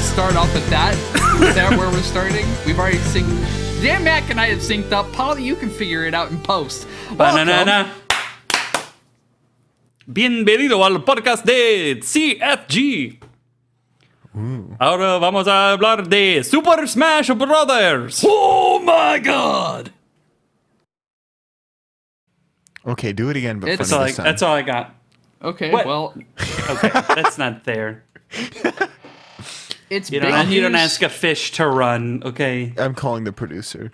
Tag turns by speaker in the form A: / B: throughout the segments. A: start off with that? Is that where we're starting? We've already synced. Dan Mac and I have synced up. Paul, you can figure it out in post. Welcome.
B: Banana. Bienvenido al podcast de CFG.
A: Mm.
B: Ahora vamos a hablar de Super Smash Brothers.
A: Oh my god!
C: Okay, do it again, but
A: It's
B: That's all
C: funny
B: I,
C: this time.
B: that's all I got.
A: Okay,
B: What?
A: well,
B: Okay, that's not fair.
A: it's
B: You
A: big
B: don't, you don't
A: news.
B: ask a fish to run, okay?
C: I'm calling the producer.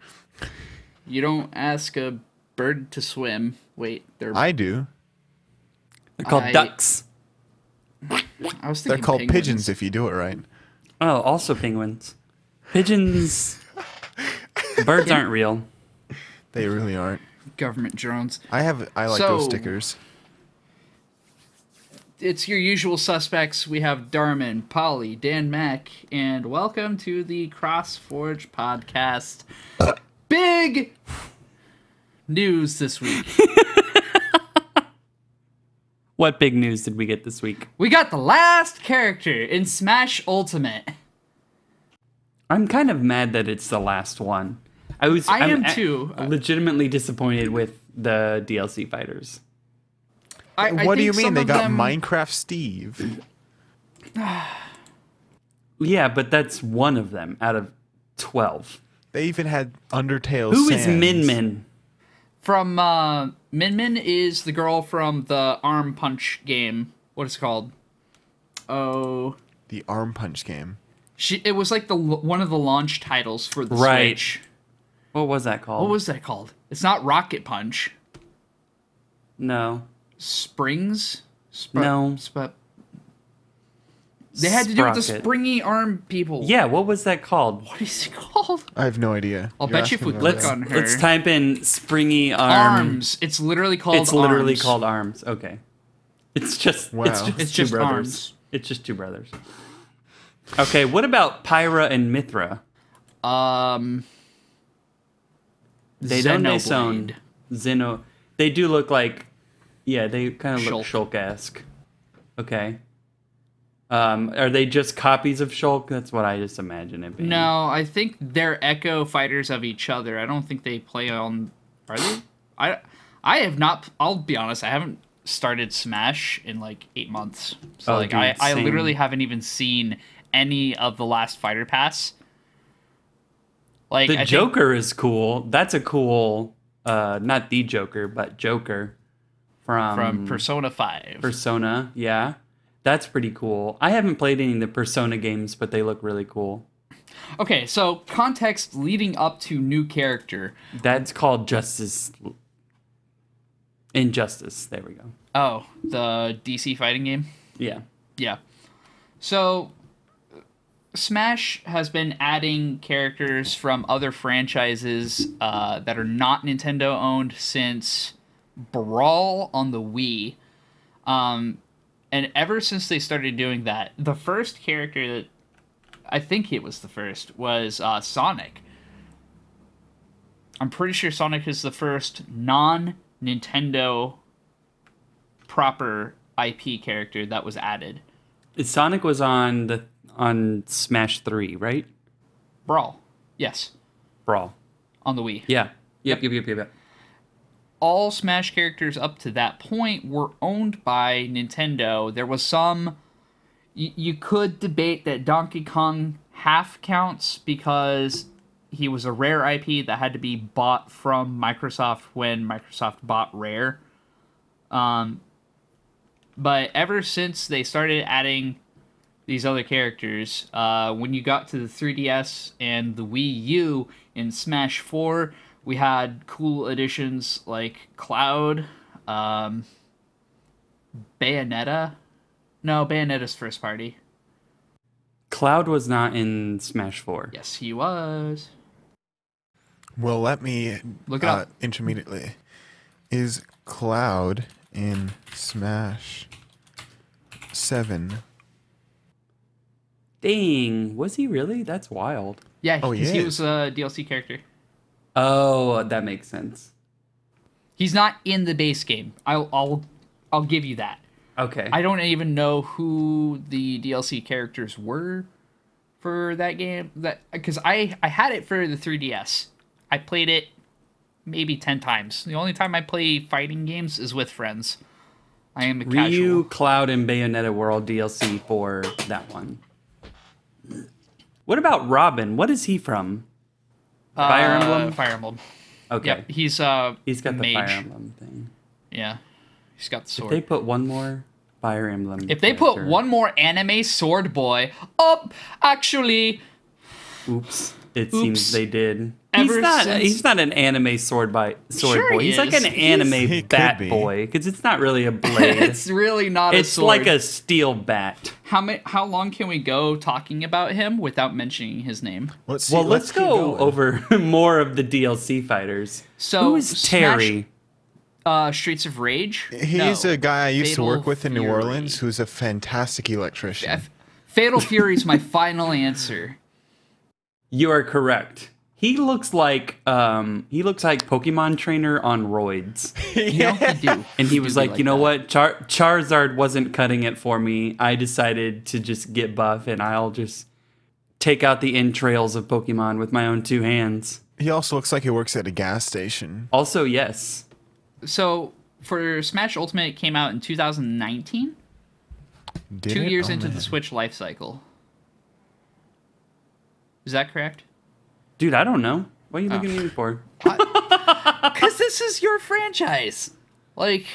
A: You don't ask a bird to swim. Wait, they're. I,
C: I do.
B: They're called
A: I-
B: ducks.
A: was thinking
C: They're called
A: penguins.
C: pigeons if you do it right.
B: Oh, also penguins. Pigeons. Birds aren't real.
C: They really aren't.
A: Government drones.
C: I have. I like those
A: So-
C: stickers.
A: It's your usual suspects. We have Darman, Polly, Dan Mack, and welcome to the Cross Forge podcast. Big news this week.
B: What big news did we get this week?
A: We got the last character in Smash Ultimate.
B: I'm kind of mad that it's the last one. I was.
A: I
B: I'm
A: am
B: a-
A: too.
B: Legitimately disappointed with the DLC fighters.
A: I, I
C: what do you
A: think
C: mean
A: some
C: they
A: of
C: got
A: them-
C: Minecraft Steve?
B: Yeah, but that's one of them out of twelve.
C: They even had Undertale.
B: Who is
C: Sans.
B: Min Min?
A: from uh, Min Min is the girl from the Arm Punch game. What is it called? Oh,
C: The arm punch game.
A: she. It was like the one of the launch titles for the
B: Right.
A: Switch.
B: What was that called?
A: What was that called? It's not Rocket Punch.
B: no?
A: Springs. Sp-
B: No.
A: Sp- they had to do with the
B: Sprocket.
A: springy arm people.
B: Yeah, what was that called?
A: What is it called?
C: I have no idea.
A: I'll
C: You're
A: bet you if
C: asking
A: we
C: me
A: click
C: that.
A: on her.
B: Let's type in springy arm.
A: Arms. It's literally called.
B: It's literally
A: Arms.
B: called arms. Okay. It's just
C: Wow.
B: it's just
A: It's
B: two
A: just
B: brothers.
A: arms.
B: It's just two brothers. Okay, what about Pyra and Mithra?
A: Um.
B: They don't they
A: Xenoblade.
B: sound Xeno. They do look like, yeah, they kind of look
A: Shulk.
B: Shulk esque. Okay. Um, are they just copies of Shulk? That's what I just imagine it being.
A: No, I think they're echo fighters of each other. I don't think they play on. Are they? I I have not. I'll be honest. I haven't started Smash in like eight months. So
B: Oh,
A: like
B: dude,
A: I, I
B: same.
A: literally haven't even seen any of the last Fighter Pass. Like
B: The
A: I think-
B: Joker is cool. That's a cool, uh, not the Joker, but Joker from
A: from Persona Five.
B: Persona. Yeah, that's pretty cool. I haven't played any of the Persona games, but they look really cool.
A: okay, so context leading up to new character.
B: That's called Justice. Injustice. There we go.
A: Oh, the DC fighting game.
B: Yeah.
A: Yeah. So Smash has been adding characters from other franchises uh, that are not Nintendo owned since Brawl on the Wii. Um, and ever since they started doing that, the first character that I think it was the first was uh, Sonic. I'm pretty sure Sonic is the first non Nintendo proper IP character that was added.
B: Sonic was on the on Smash Three, right?
A: Brawl. Yes,
B: Brawl.
A: on the Wii.
B: Yeah. Yep. Yep. Yep. Yep. yep.
A: All Smash characters up to that point were owned by Nintendo. There was some. You, you could debate that Donkey Kong half counts because he was a rare IP that had to be bought from Microsoft when Microsoft bought Rare. Um, but ever since they started adding these other characters. Uh, when you got to the 3DS and the Wii U in Smash 4, we had cool additions like Cloud, um, Bayonetta. No, Bayonetta's first party.
B: Cloud was not in Smash Four.
A: Yes, he was.
C: Well, let me
A: Look it
C: uh,
A: up.
C: intermediately. Is Cloud in Smash Seven?
B: Dang. Was he really? That's wild.
A: Yeah,
C: Oh, he
A: because he
C: is.
A: was a DLC character.
B: Oh, that makes sense.
A: He's not in the base game. I'll, I'll, I'll give you that.
B: Okay.
A: I don't even know who the DLC characters were for that game that because I I had it for the 3DS. I played it maybe 10 times. The only time I play fighting games is with friends. I am a
B: Ryu,
A: casual.
B: Cloud, and Bayonetta were all DLC for that one. What about Robin? What is he from? Fire
A: Uh,
B: Emblem?
A: Fire Emblem.
B: okay.
A: Yep, he's uh
B: He's got the
A: mage.
B: Fire Emblem thing.
A: Yeah. He's got the sword.
B: They put one more Fire Emblem.
A: If they put
B: character-
A: one more anime sword boy up, actually,
B: Oops. It
A: Oops.
B: seems they did.
A: Ever
B: he's not.
A: since-
B: He's not an anime sword by sword
A: Sure
B: boy.
A: he
B: He's like
A: is.
B: an anime
C: He could
B: bat
C: be.
B: boy because it's not really a blade. it's
A: it's really not a sword.
B: like a steel bat.
A: how many, how long can we go talking about him without mentioning his name?
C: Let's see.
B: Well, let's,
C: keep
B: go
C: going.
B: over more of the DLC fighters.
A: So,
B: who is
A: Smash-
B: Terry?
A: Uh, Streets of Rage.
C: He's
A: No.
C: a guy I used
A: Fatal
C: to work with in New
A: Fury.
C: Orleans who's a fantastic electrician.
A: F- Fatal Fury is my final answer.
B: You are correct. He looks like um he looks like Pokemon trainer on roids.
A: You know, you do.
B: And he was
A: do be
B: like,
A: like
B: you know
A: that."
B: what, Char- Charizard wasn't cutting it for me. I decided to just get buff, and I'll just take out the entrails of Pokemon with my own two hands.
C: He also looks like he works at a gas station.
B: Also, yes,
A: So for Smash Ultimate, it came out in 2019,
C: Did
A: two
C: it?
A: years
C: Oh,
A: into the
C: man.
A: Switch life cycle. Is that correct?
B: dude, I don't know. What
A: Oh.
B: are you looking at me for?
A: Because this is your franchise. Like,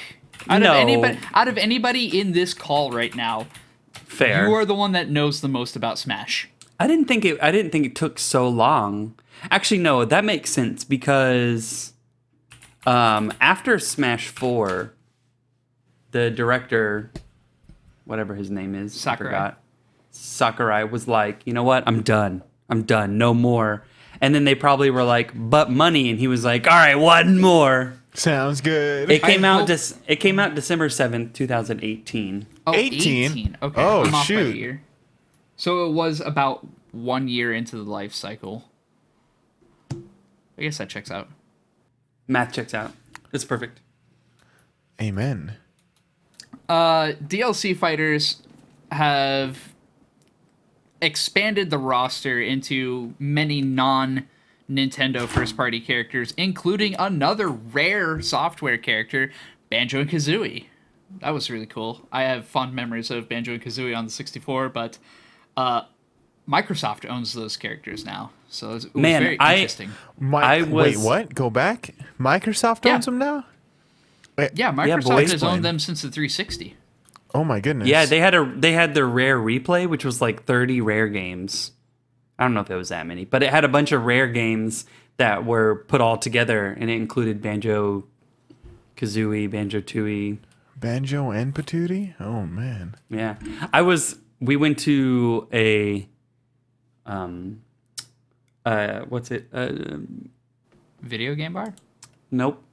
A: out
B: No.
A: of anybody, out of anybody in this call right now,
B: Fair.
A: you are the one that knows the most about Smash.
B: I didn't think it. I didn't think it took so long. Actually, no, that makes sense because um, after Smash Four, the director, whatever his name is,
A: Sakurai.
B: I forgot, Sakurai was like, you know what? I'm done. I'm done. No more. And then they probably were like, but money, and he was like, all right, one more.
C: Sounds good.
B: It came out.
A: hope-
B: Des- it came out December seventh, two thousand eighteen.
A: Oh,
C: 18?
A: 18. Okay.
C: Oh,
A: I'm off by a
C: shoot.
A: year. So it was about one year into the life cycle. I guess that checks out.
B: Math checks out. It's perfect.
C: Amen.
A: Uh, DLC fighters have expanded the roster into many non Nintendo first party characters, including another rare software character, Banjo and Kazooie. That was really cool. I have fond memories of Banjo and Kazooie on the 64, but uh, Microsoft owns those characters now. So it was, it was
B: Man,
A: very
B: I-
A: interesting.
C: My,
B: I
C: wait,
B: was-
C: what? Go back? Microsoft
A: Yeah.
C: owns them now? Wait,
A: Yeah, Microsoft
B: boy.
A: has
C: Explain.
A: owned them since the 360.
C: Oh my goodness.
B: Yeah, they had a they had their rare replay, which was like 30 rare games. I don't know if it was that many, but it had a bunch of rare games that were put all together, and it included Banjo, Kazooie, Banjo Tooie.
C: Banjo and Patootie? Oh man.
B: Yeah, I was. We went to a, um, uh, what's it? Uh,
A: Video game bar?
B: Nope.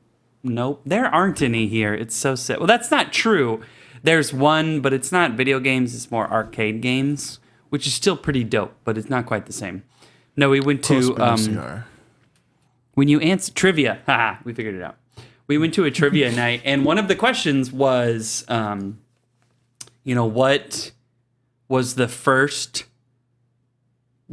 B: Nope. There aren't any here. It's so sad. Well, that's not true. There's one, but it's not video games. It's more arcade games, which is still pretty dope, but it's not quite the same. No, we went
C: Close
B: to
C: but no
B: um,
C: cigar.
B: when you answer trivia. Haha, we figured it out. We went to a trivia night, and one of the questions was, um, you know, what was the first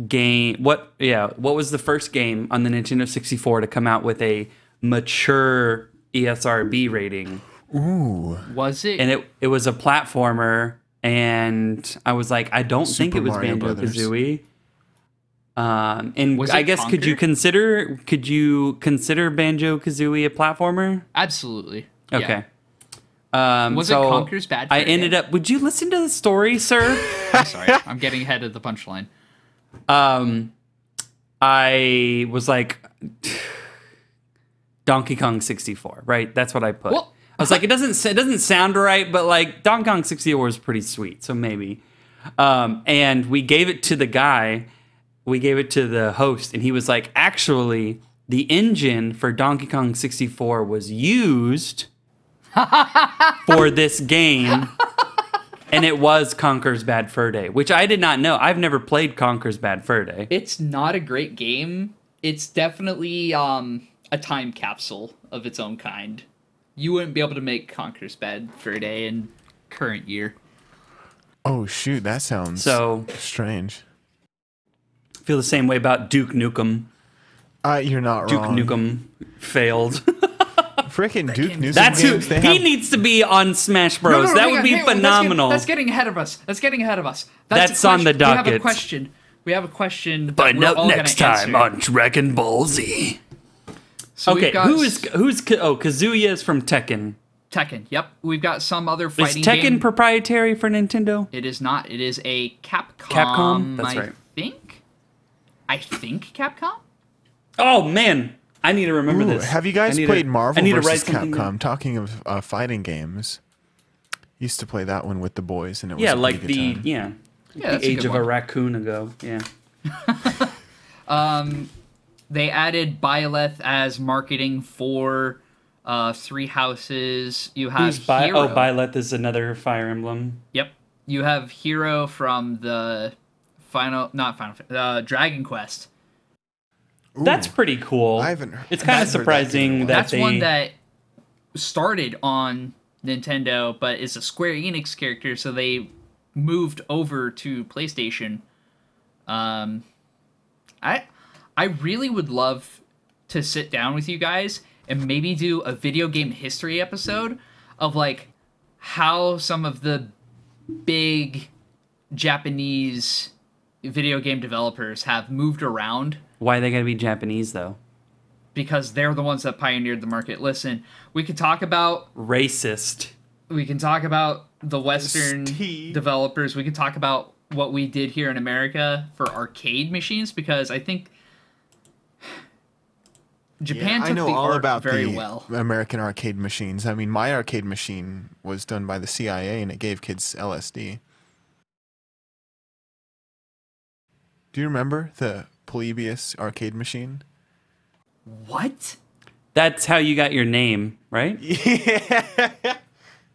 B: game? What yeah, what was the first game on the Nintendo 64 to come out with a mature E ESRB rating?
C: Ooh.
A: Was it?
B: And it it was a platformer, and I was like, I don't think
C: Super
B: it was
C: Mario
B: Banjo
C: Brothers.
B: Kazooie. Um, and
A: Was
B: I
A: it
B: guess could you
A: Conker?
B: consider could you consider Banjo Kazooie a platformer?
A: Absolutely. Yeah.
B: Okay. Um,
A: Was it
B: so
A: Conker's Bad
B: I
A: Fur
B: ended
A: Day?
B: up. Would you listen to the story, sir?
A: I'm sorry. I'm getting ahead of the punchline.
B: um, I was like Donkey Kong 64, right? That's what I put.
A: Well-
B: I was like, it doesn't s- it doesn't sound right, but like Donkey Kong 64 is pretty sweet, so maybe. Um, and we gave it to the guy, we gave it to the host, and he was like, actually, the engine for Donkey Kong 64 was used for this game. And it was Conker's Bad Fur Day, which I did not know. I've never played Conker's Bad Fur Day.
A: It's not a great game. It's definitely um, a time capsule of its own kind. You wouldn't be able to make Conker's Bad for a day in current year.
C: Oh shoot, that sounds
B: So
C: strange.
B: feel the same way about Duke Nukem.
C: Uh, you're not
B: Duke
C: wrong.
B: Nukem failed.
C: Frickin' Duke Nukem.
B: That's who
C: games,
B: he
C: they have-
B: needs to be on Smash Bros.
A: No, no, no,
B: that
A: hang
B: would
A: on,
B: be
A: hang on, let's get-
B: phenomenal.
A: That's getting ahead of us. That's getting ahead of us. a
B: That's on the
A: question- We have
B: docket.
A: a question. We have a question. That
B: but
A: we're
B: no,
A: all gonna
B: next time
A: answer.
B: on Dragon Ball Z.
A: So we've
B: okay,
A: got
B: who is who's Ka- oh Kazuya is from Tekken.
A: Tekken? Yep, we've got some other
B: Is
A: fighting
B: Tekken
A: game.
B: proprietary for Nintendo?
A: it is not. It is a Capcom.
B: Capcom? That's
A: I
B: right.
A: think. I think Capcom.
B: Oh man, I need to remember
C: Ooh,
B: this.
C: have you
B: I
C: guys
B: need
C: played
B: to- I
C: Marvel
B: need to
C: versus
B: write something
C: Capcom? Talking of uh, fighting games, used to play that one with the boys, and it was
B: Yeah,
C: a pretty
B: like
C: good
B: the
C: time.
B: yeah,
A: Yeah, that's
B: the
A: a
B: age
A: good
B: of a
A: one.
B: raccoon ago. Yeah.
A: They added Byleth as marketing for uh, Three Houses. You have
B: Who's Bi-
A: Hero.
B: oh, Byleth is another Fire Emblem.
A: Yep. You have Hero from the final, not final, uh, Dragon Quest.
C: Ooh,
B: That's pretty cool.
C: I haven't heard-
B: It's
C: I
B: kind of
C: haven't heard that in
B: surprising
C: a
B: that,
C: while.
A: That's
B: they.
A: one that started on Nintendo, but it's a Square Enix character, so they moved over to PlayStation. Um, I I really would love to sit down with you guys and maybe do a video game history episode of like how some of the big Japanese video game developers have moved around
B: Why they gotta be Japanese though?
A: because they're the ones that pioneered the market. Listen, we could talk about
B: Racist.
A: we can talk about the Western
C: ST.
A: developers. We can talk about what we did here in America for arcade machines because I think
C: Yeah,
A: Japan took
C: I know
A: the
C: all
A: art
C: about
A: very
C: the
A: well.
C: American arcade machines. I mean, my arcade machine was done by the CIA, and it gave kids LSD. Do you remember the Polybius arcade machine?
A: What?
B: That's how you got your name, right?
C: Yeah.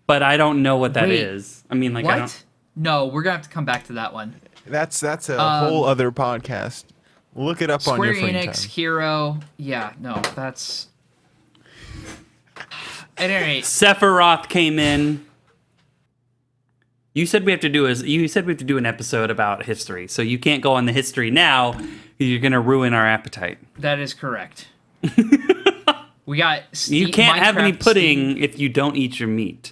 B: But I don't know what that is.
A: Wait.
B: I mean, like I
A: What?
B: don't.
A: No, we're gonna have to come back to that one.
C: That's that's a
A: Um,
C: whole other podcast. Look it up on
A: Square
C: your free
A: Enix
C: time.
A: Hero. Yeah, no, that's. At any rate,
B: Sephiroth came in. You said we have to do is you said we have to do an episode about history, so you can't go on the history now. 'cause You're gonna ruin our appetite.
A: that is correct. we got. Ste-
B: You can't have any
A: Minecraft
B: pudding if you don't eat your meat.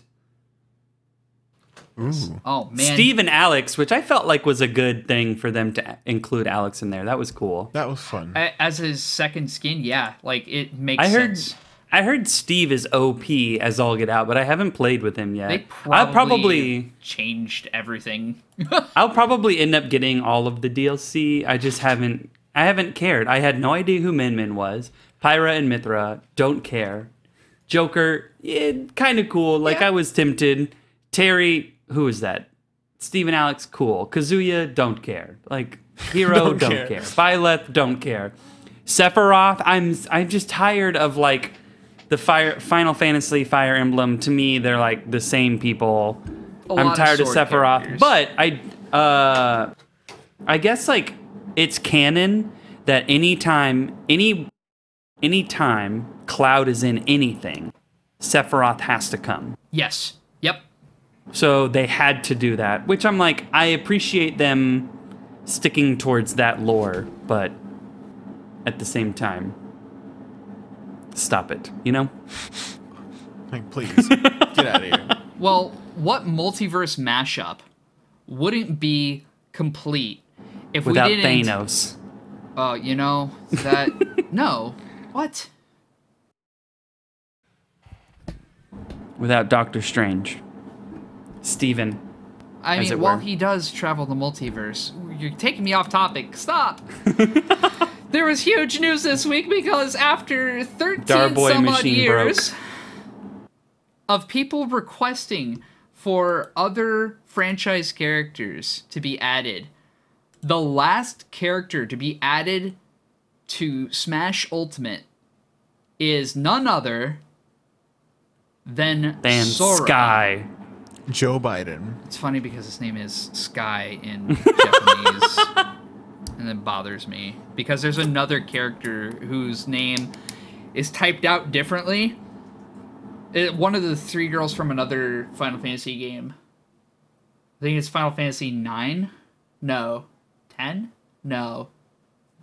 C: Ooh.
A: Oh man,
B: Steve and Alex, which I felt like was a good thing for them to include Alex in there. That was cool.
C: That was fun.
A: A- as his second skin, yeah, like it makes
B: I heard
A: sense.
B: I heard Steve is OP as all get out, but I haven't played with him yet.
A: They
B: I'll probably
A: probably changed everything.
B: I'll probably end up getting all of the DLC. I just haven't I haven't cared. I had no idea who Min Min was. Pyra and Mithra, don't care. Joker, yeah, kind of cool. Like
A: Yeah.
B: I was tempted. Terry, who is that? Steve and Alex, cool. Kazuya, don't care. Like Hero, don't,
C: Don't
B: care.
C: care.
B: Byleth, don't care. Sephiroth, I'm I'm just tired of like the fire Final Fantasy Fire Emblem. To me, they're like the same people.
A: A lot
B: I'm
A: of
B: tired of,
A: sword
B: Sephiroth,
A: characters.
B: but I, uh, I guess like it's canon that anytime any anytime Cloud is in anything, Sephiroth has to come.
A: yes. Yep.
B: So they had to do that, which I'm like, I appreciate them sticking towards that lore, but at the same time, stop it. You know,
C: Like, please get out of here.
A: Well, what multiverse mashup wouldn't be complete if
B: without
A: we didn't?
B: Thanos.
A: Uh, you know that? no. What?
B: without Doctor Strange. Steven.
A: I
B: As
A: mean,
B: it
A: while
B: were.
A: he does travel the multiverse, you're taking me off topic. Stop. there was huge news this week because after 13
B: Darboy
A: some odd
B: machine
A: years of people requesting for other franchise characters to be added, the last character to be added to Smash Ultimate is none other than
B: Than
A: Sora.
B: Sky.
C: Joe Biden.
A: It's funny because his name is Sky in Japanese, and it bothers me because there's another character whose name is typed out differently. It, one of the three girls from another Final Fantasy game. I think it's Final Fantasy nine, no, ten, no,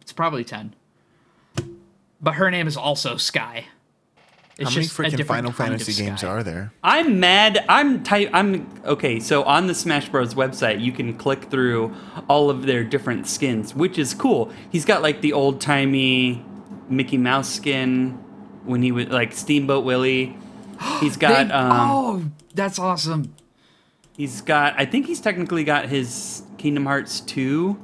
A: It's probably 10. But her name is also Sky. It's
C: How many
A: a
C: freaking
A: different
C: Final
A: kind of
C: Fantasy games
A: Sky.
C: are there?
B: I'm mad. I'm type. I'm okay. So on the Smash Bros. website, you can click through all of their different skins, which is cool. He's got like the old timey Mickey Mouse skin when he was like Steamboat Willie. He's got.
A: They-
B: um,
A: oh, that's awesome.
B: He's got. I think he's technically got his Kingdom Hearts two,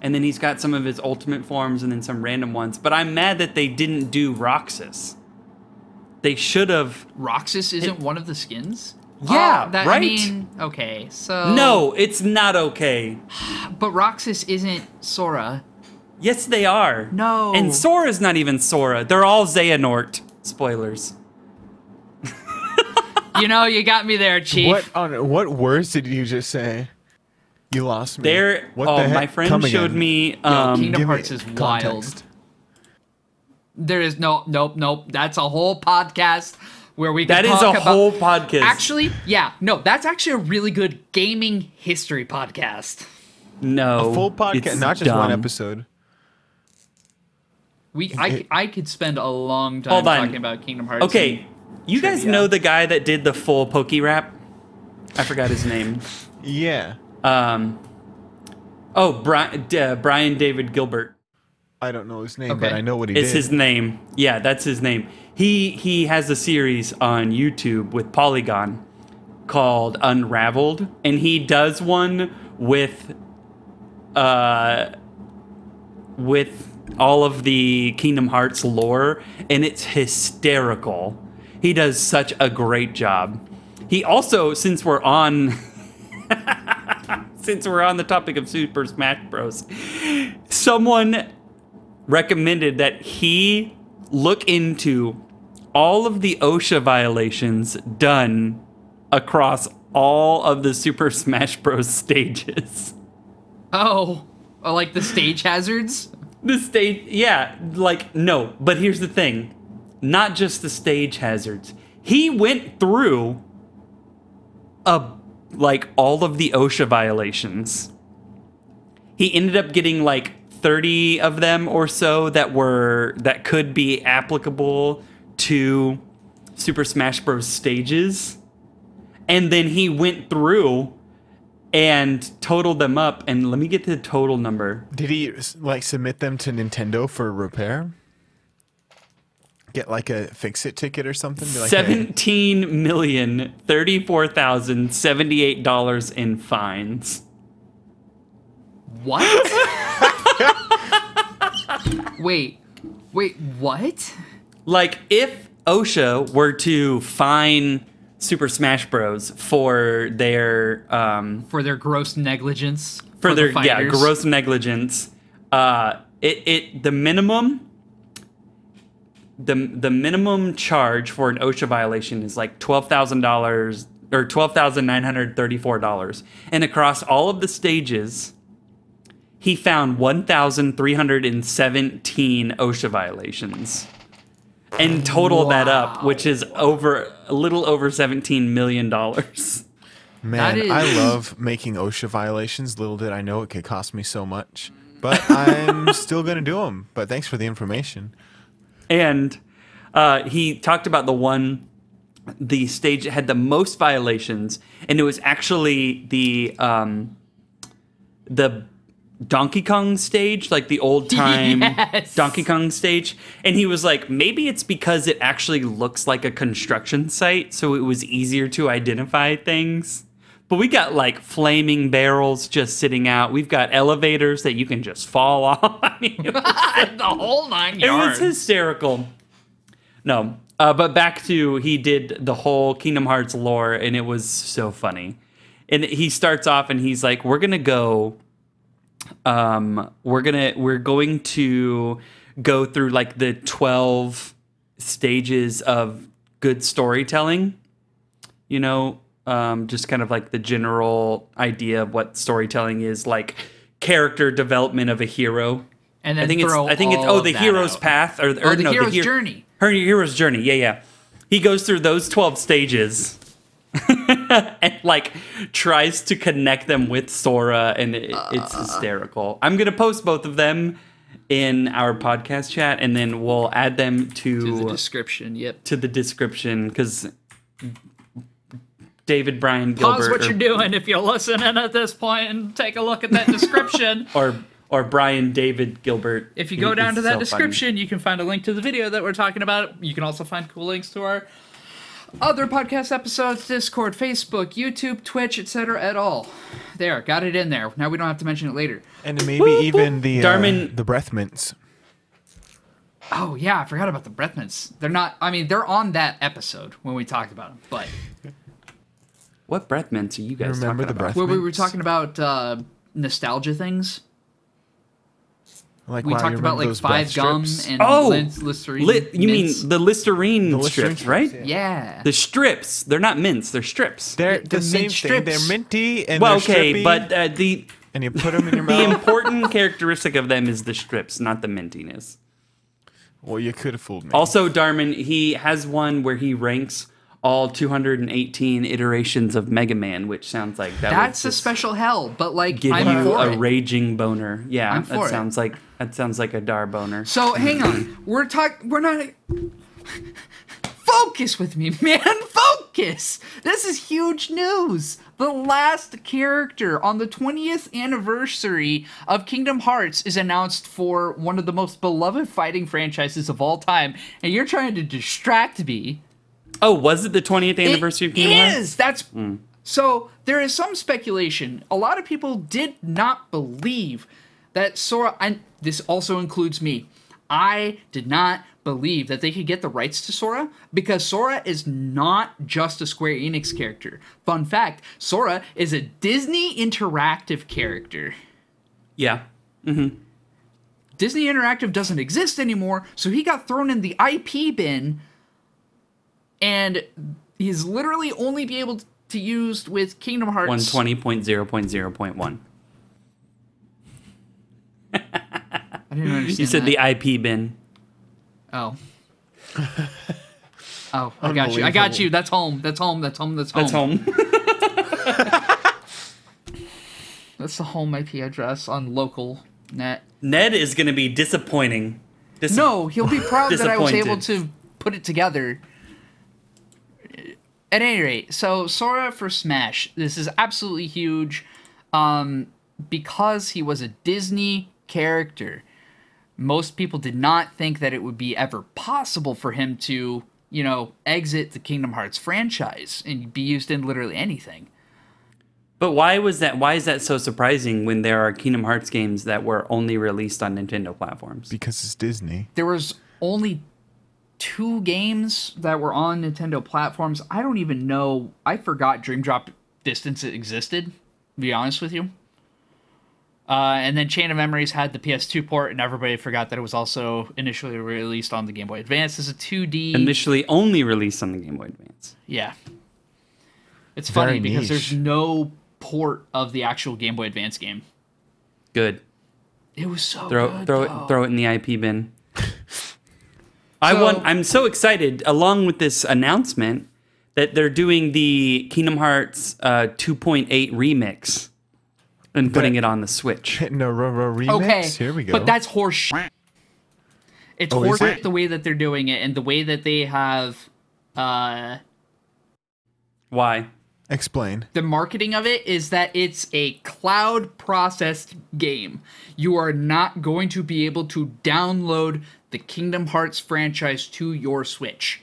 B: and then he's got some of his Ultimate forms and then some random ones. But I'm mad that they didn't do Roxas. They should have.
A: Roxas isn't one of the skins?
B: Yeah,
A: Oh, that, I
B: right?
A: mean, okay, so.
B: No, it's not okay.
A: But Roxas isn't Sora.
B: Yes, they are.
A: No.
B: And Sora's not even Sora. They're all Xehanort. Spoilers.
A: You know, you got me there, Chief.
C: What on what words did you just say? You lost me.
B: They're.
C: what
B: oh,
C: the heck?
B: my friend
C: Come
B: showed
C: again.
B: me.
A: No,
B: Um,
A: Kingdom
C: Give me
A: Hearts is wild.
C: context.
A: There is no, nope, nope. That's a whole podcast where we can
B: that is
A: talk
B: a
A: about-
B: whole podcast.
A: Actually, yeah, no, that's actually a really good gaming history podcast.
B: no.
C: Full
B: it's
C: podcast, not just one
B: dumb.
C: episode.
A: We, I, I could spend a long time
B: Hold on.
A: talking about Kingdom Hearts.
B: Okay, you guys
A: Trivia.
B: know the guy that did the full pokey rap? I forgot his name.
C: Yeah,
B: Um, oh, Brian, uh, Brian David Gilbert
C: I don't know his name, but
A: Okay.
C: I know what he
B: is
C: did.
B: his name. Yeah, that's his name. He he has a series on YouTube with Polygon called Unraveled, and he does one with uh with all of the Kingdom Hearts lore, and it's hysterical. He does such a great job. He also, since we're on since we're on the topic of Super Smash Bros, someone recommended that he look into all of the OSHA violations done across all of the Super Smash Bros stages.
A: Oh, oh, like the stage hazards?
B: The stage, yeah, like no, but here's the thing. Not just the stage hazards. He went through a like all of the OSHA violations. He ended up getting like 30 of them or so that were that could be applicable to Super Smash Bros stages. And then he went through and totaled them up and let me get the total number.
C: Did he s- like submit them to Nintendo for repair? Get like a fix it ticket or something? Be like, hey,
B: Seventeen million thirty-four thousand seventy-eight dollars in fines.
A: What? wait, wait, what?
B: Like if OSHA were to fine Super Smash Bros. for their um,
A: For their gross negligence.
B: for, their
A: the
B: yeah
A: fighters.
B: gross negligence, uh, it it the minimum. The, the minimum charge for an OSHA violation is like twelve thousand dollars or twelve thousand nine hundred thirty four dollars, and across all of the stages, he found 1,317 OSHA violations and total that up, which is over a little over 17 million dollars.
C: man, I
A: is-
C: love making OSHA violations. Little did I know it could cost me so much. But I'm still going to do them. But thanks for the information.
B: And uh, he talked about the one, the stage that had the most violations, and it was actually the um, the Donkey Kong stage, like the old time
A: Yes.
B: Donkey Kong stage. And he was like, maybe it's because it actually looks like a construction site, so it was easier to identify things. But we got like flaming barrels just sitting out. We've got elevators that you can just fall off. I mean, it was
A: the whole nine
B: it
A: yards.
B: was hysterical. No, uh, but back to he did the whole Kingdom Hearts lore, and it was so funny. And he starts off, and he's like, "We're gonna go. Um, we're gonna we're going to go through like the twelve stages of good storytelling. You know, um, just kind of like the general idea of what storytelling is, like character development of a hero."
A: and then
B: I think it's
A: throw
B: I think it's
A: all
B: oh
A: of
B: the
A: that
B: hero's
A: out.
B: path or, or
A: Oh, the
B: no,
A: hero's
B: the hero-
A: journey.
B: Her hero's journey. Yeah, yeah. He goes through those 12 stages and like tries
A: Uh.
B: to connect them with Sora and it, it's hysterical. I'm going to post both of them in our podcast chat, and then we'll add them to
A: To the description. Yep.
B: to the description because David Brian Gilbert
A: Pause what
B: or-
A: you're doing if you're listening at this point and take a look at that description.
B: or or Brian David Gilbert.
A: If you
B: He
A: go down
B: is
A: to
B: so
A: that
B: funny.
A: description, you can find a link to the video that we're talking about. You can also find cool links to our other podcast episodes, Discord, Facebook, YouTube, Twitch, etc. at all. There, got it in there. Now we don't have to mention it later.
C: And maybe even the uh,
B: Darman-
C: the breath mints.
A: Oh yeah, I forgot about the breath mints. They're not I mean, they're on that episode when we talked about them, but
B: what breath mints are you guys
C: Remember
B: talking
C: the breath
A: where
C: mints?
A: we were talking about uh nostalgia things.
C: Like,
A: We
C: wow, you
A: talked about
C: remember
A: like
C: those breath
A: five gum
C: strips?
A: and
B: about? Oh,
A: lint, Listerine
B: Lit, you
A: mints.
B: mean the Listerine
C: Listerine
B: strips, right?
C: strips,
A: Yeah.
B: The strips. They're not mints. They're strips.
C: They're
A: the
C: the, same
A: mint
C: thing. They're
A: strips.
C: minty and
B: well,
C: they're
B: okay,
C: strippy,
B: but uh, the
C: and you put them in your
B: the
C: mouth.
B: important characteristic of them is the strips, not the mintiness.
C: well, you could have fooled me.
B: Also, Darman, he has one where he ranks all 218 iterations of Mega Man, which sounds like that
A: That's a
B: was just
A: special hell, but like
B: give
A: I'm
B: you
A: for
B: a
A: it.
B: raging boner. Yeah,
A: I'm for
B: that
A: it.
B: sounds like that sounds like a dar boner.
A: So hang on, we're talk. We're not. Focus with me, man. Focus. This is huge news. The last character on the 20th anniversary of Kingdom Hearts is announced for one of the most beloved fighting franchises of all time, and you're trying to distract me
B: Oh, was it the 20th anniversary of Kingdom
A: it
B: Hearts?
A: is. That's so. There is some speculation. A lot of people did not believe that Sora, and this also includes me. I did not believe that they could get the rights to Sora because Sora is not just a Square Enix character. Fun fact: Sora is a Disney Interactive character.
B: Yeah.
A: Disney Interactive doesn't exist anymore, so he got thrown in the IP bin, and he's literally only be able to use with Kingdom Hearts.
B: 120.0.0.1.
A: I didn't understand.
B: You said
A: that.
B: the IP bin.
A: oh. Oh, I got you. I got you. That's home. That's home. That's home. That's home.
B: That's home.
A: That's the home IP address on local net.
B: Ned is going to be disappointing. Dis-
A: No, he'll be proud that I was able
B: Disappointed.
A: to put it together. At any rate, so Sora for Smash. This is absolutely huge um, because he was a Disney character. Most people did not think that it would be ever possible for him to, you know, exit the Kingdom Hearts franchise and be used in literally anything.
B: But why was that? Why is that so surprising when there are Kingdom Hearts games that were only released on Nintendo platforms?
C: because it's Disney.
A: there was only two games that were on Nintendo platforms. I don't even know. I forgot Dream Drop Distance existed. To be honest with you. Uh, and then Chain of Memories had the PS2 port, and everybody forgot that it was also initially released on the Game Boy Advance as a 2D.
B: Initially only released on the Game Boy Advance.
A: yeah, it's
C: Very
A: funny because there's
C: niche.
A: no port of the actual Game Boy Advance game.
B: Good.
A: It was so
B: Throw
A: good,
B: throw
A: though.
B: it throw it in the IP bin. I
A: So-
B: want I'm so excited along with this announcement that they're doing the Kingdom Hearts uh, 2.8 remix and putting it on the Switch.
C: Hitting a r- r- remix.
A: Okay.
C: Here we go.
A: But that's horse shit. It's
C: Oh,
A: horse
C: is
A: shit
C: it?
A: the way that they're doing it and the way that they have uh
B: Why?
C: Explain.
A: the marketing of it is that it's a cloud processed game. You are not going to be able to download the Kingdom Hearts franchise to your Switch.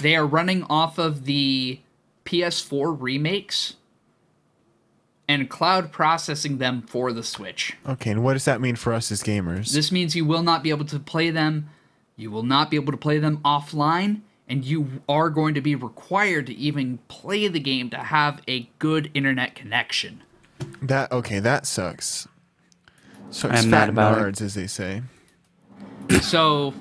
A: They are running off of the PS4 remakes and cloud processing them for the Switch.
C: Okay, and what does that mean for us as gamers?
A: This means you will not be able to play them. You will not be able to play them offline, and you are going to be required to even play the game to have a good internet connection.
C: that okay, that sucks. So it's
B: I'm mad
C: fat
B: about it.
C: nards, as they say.
A: So,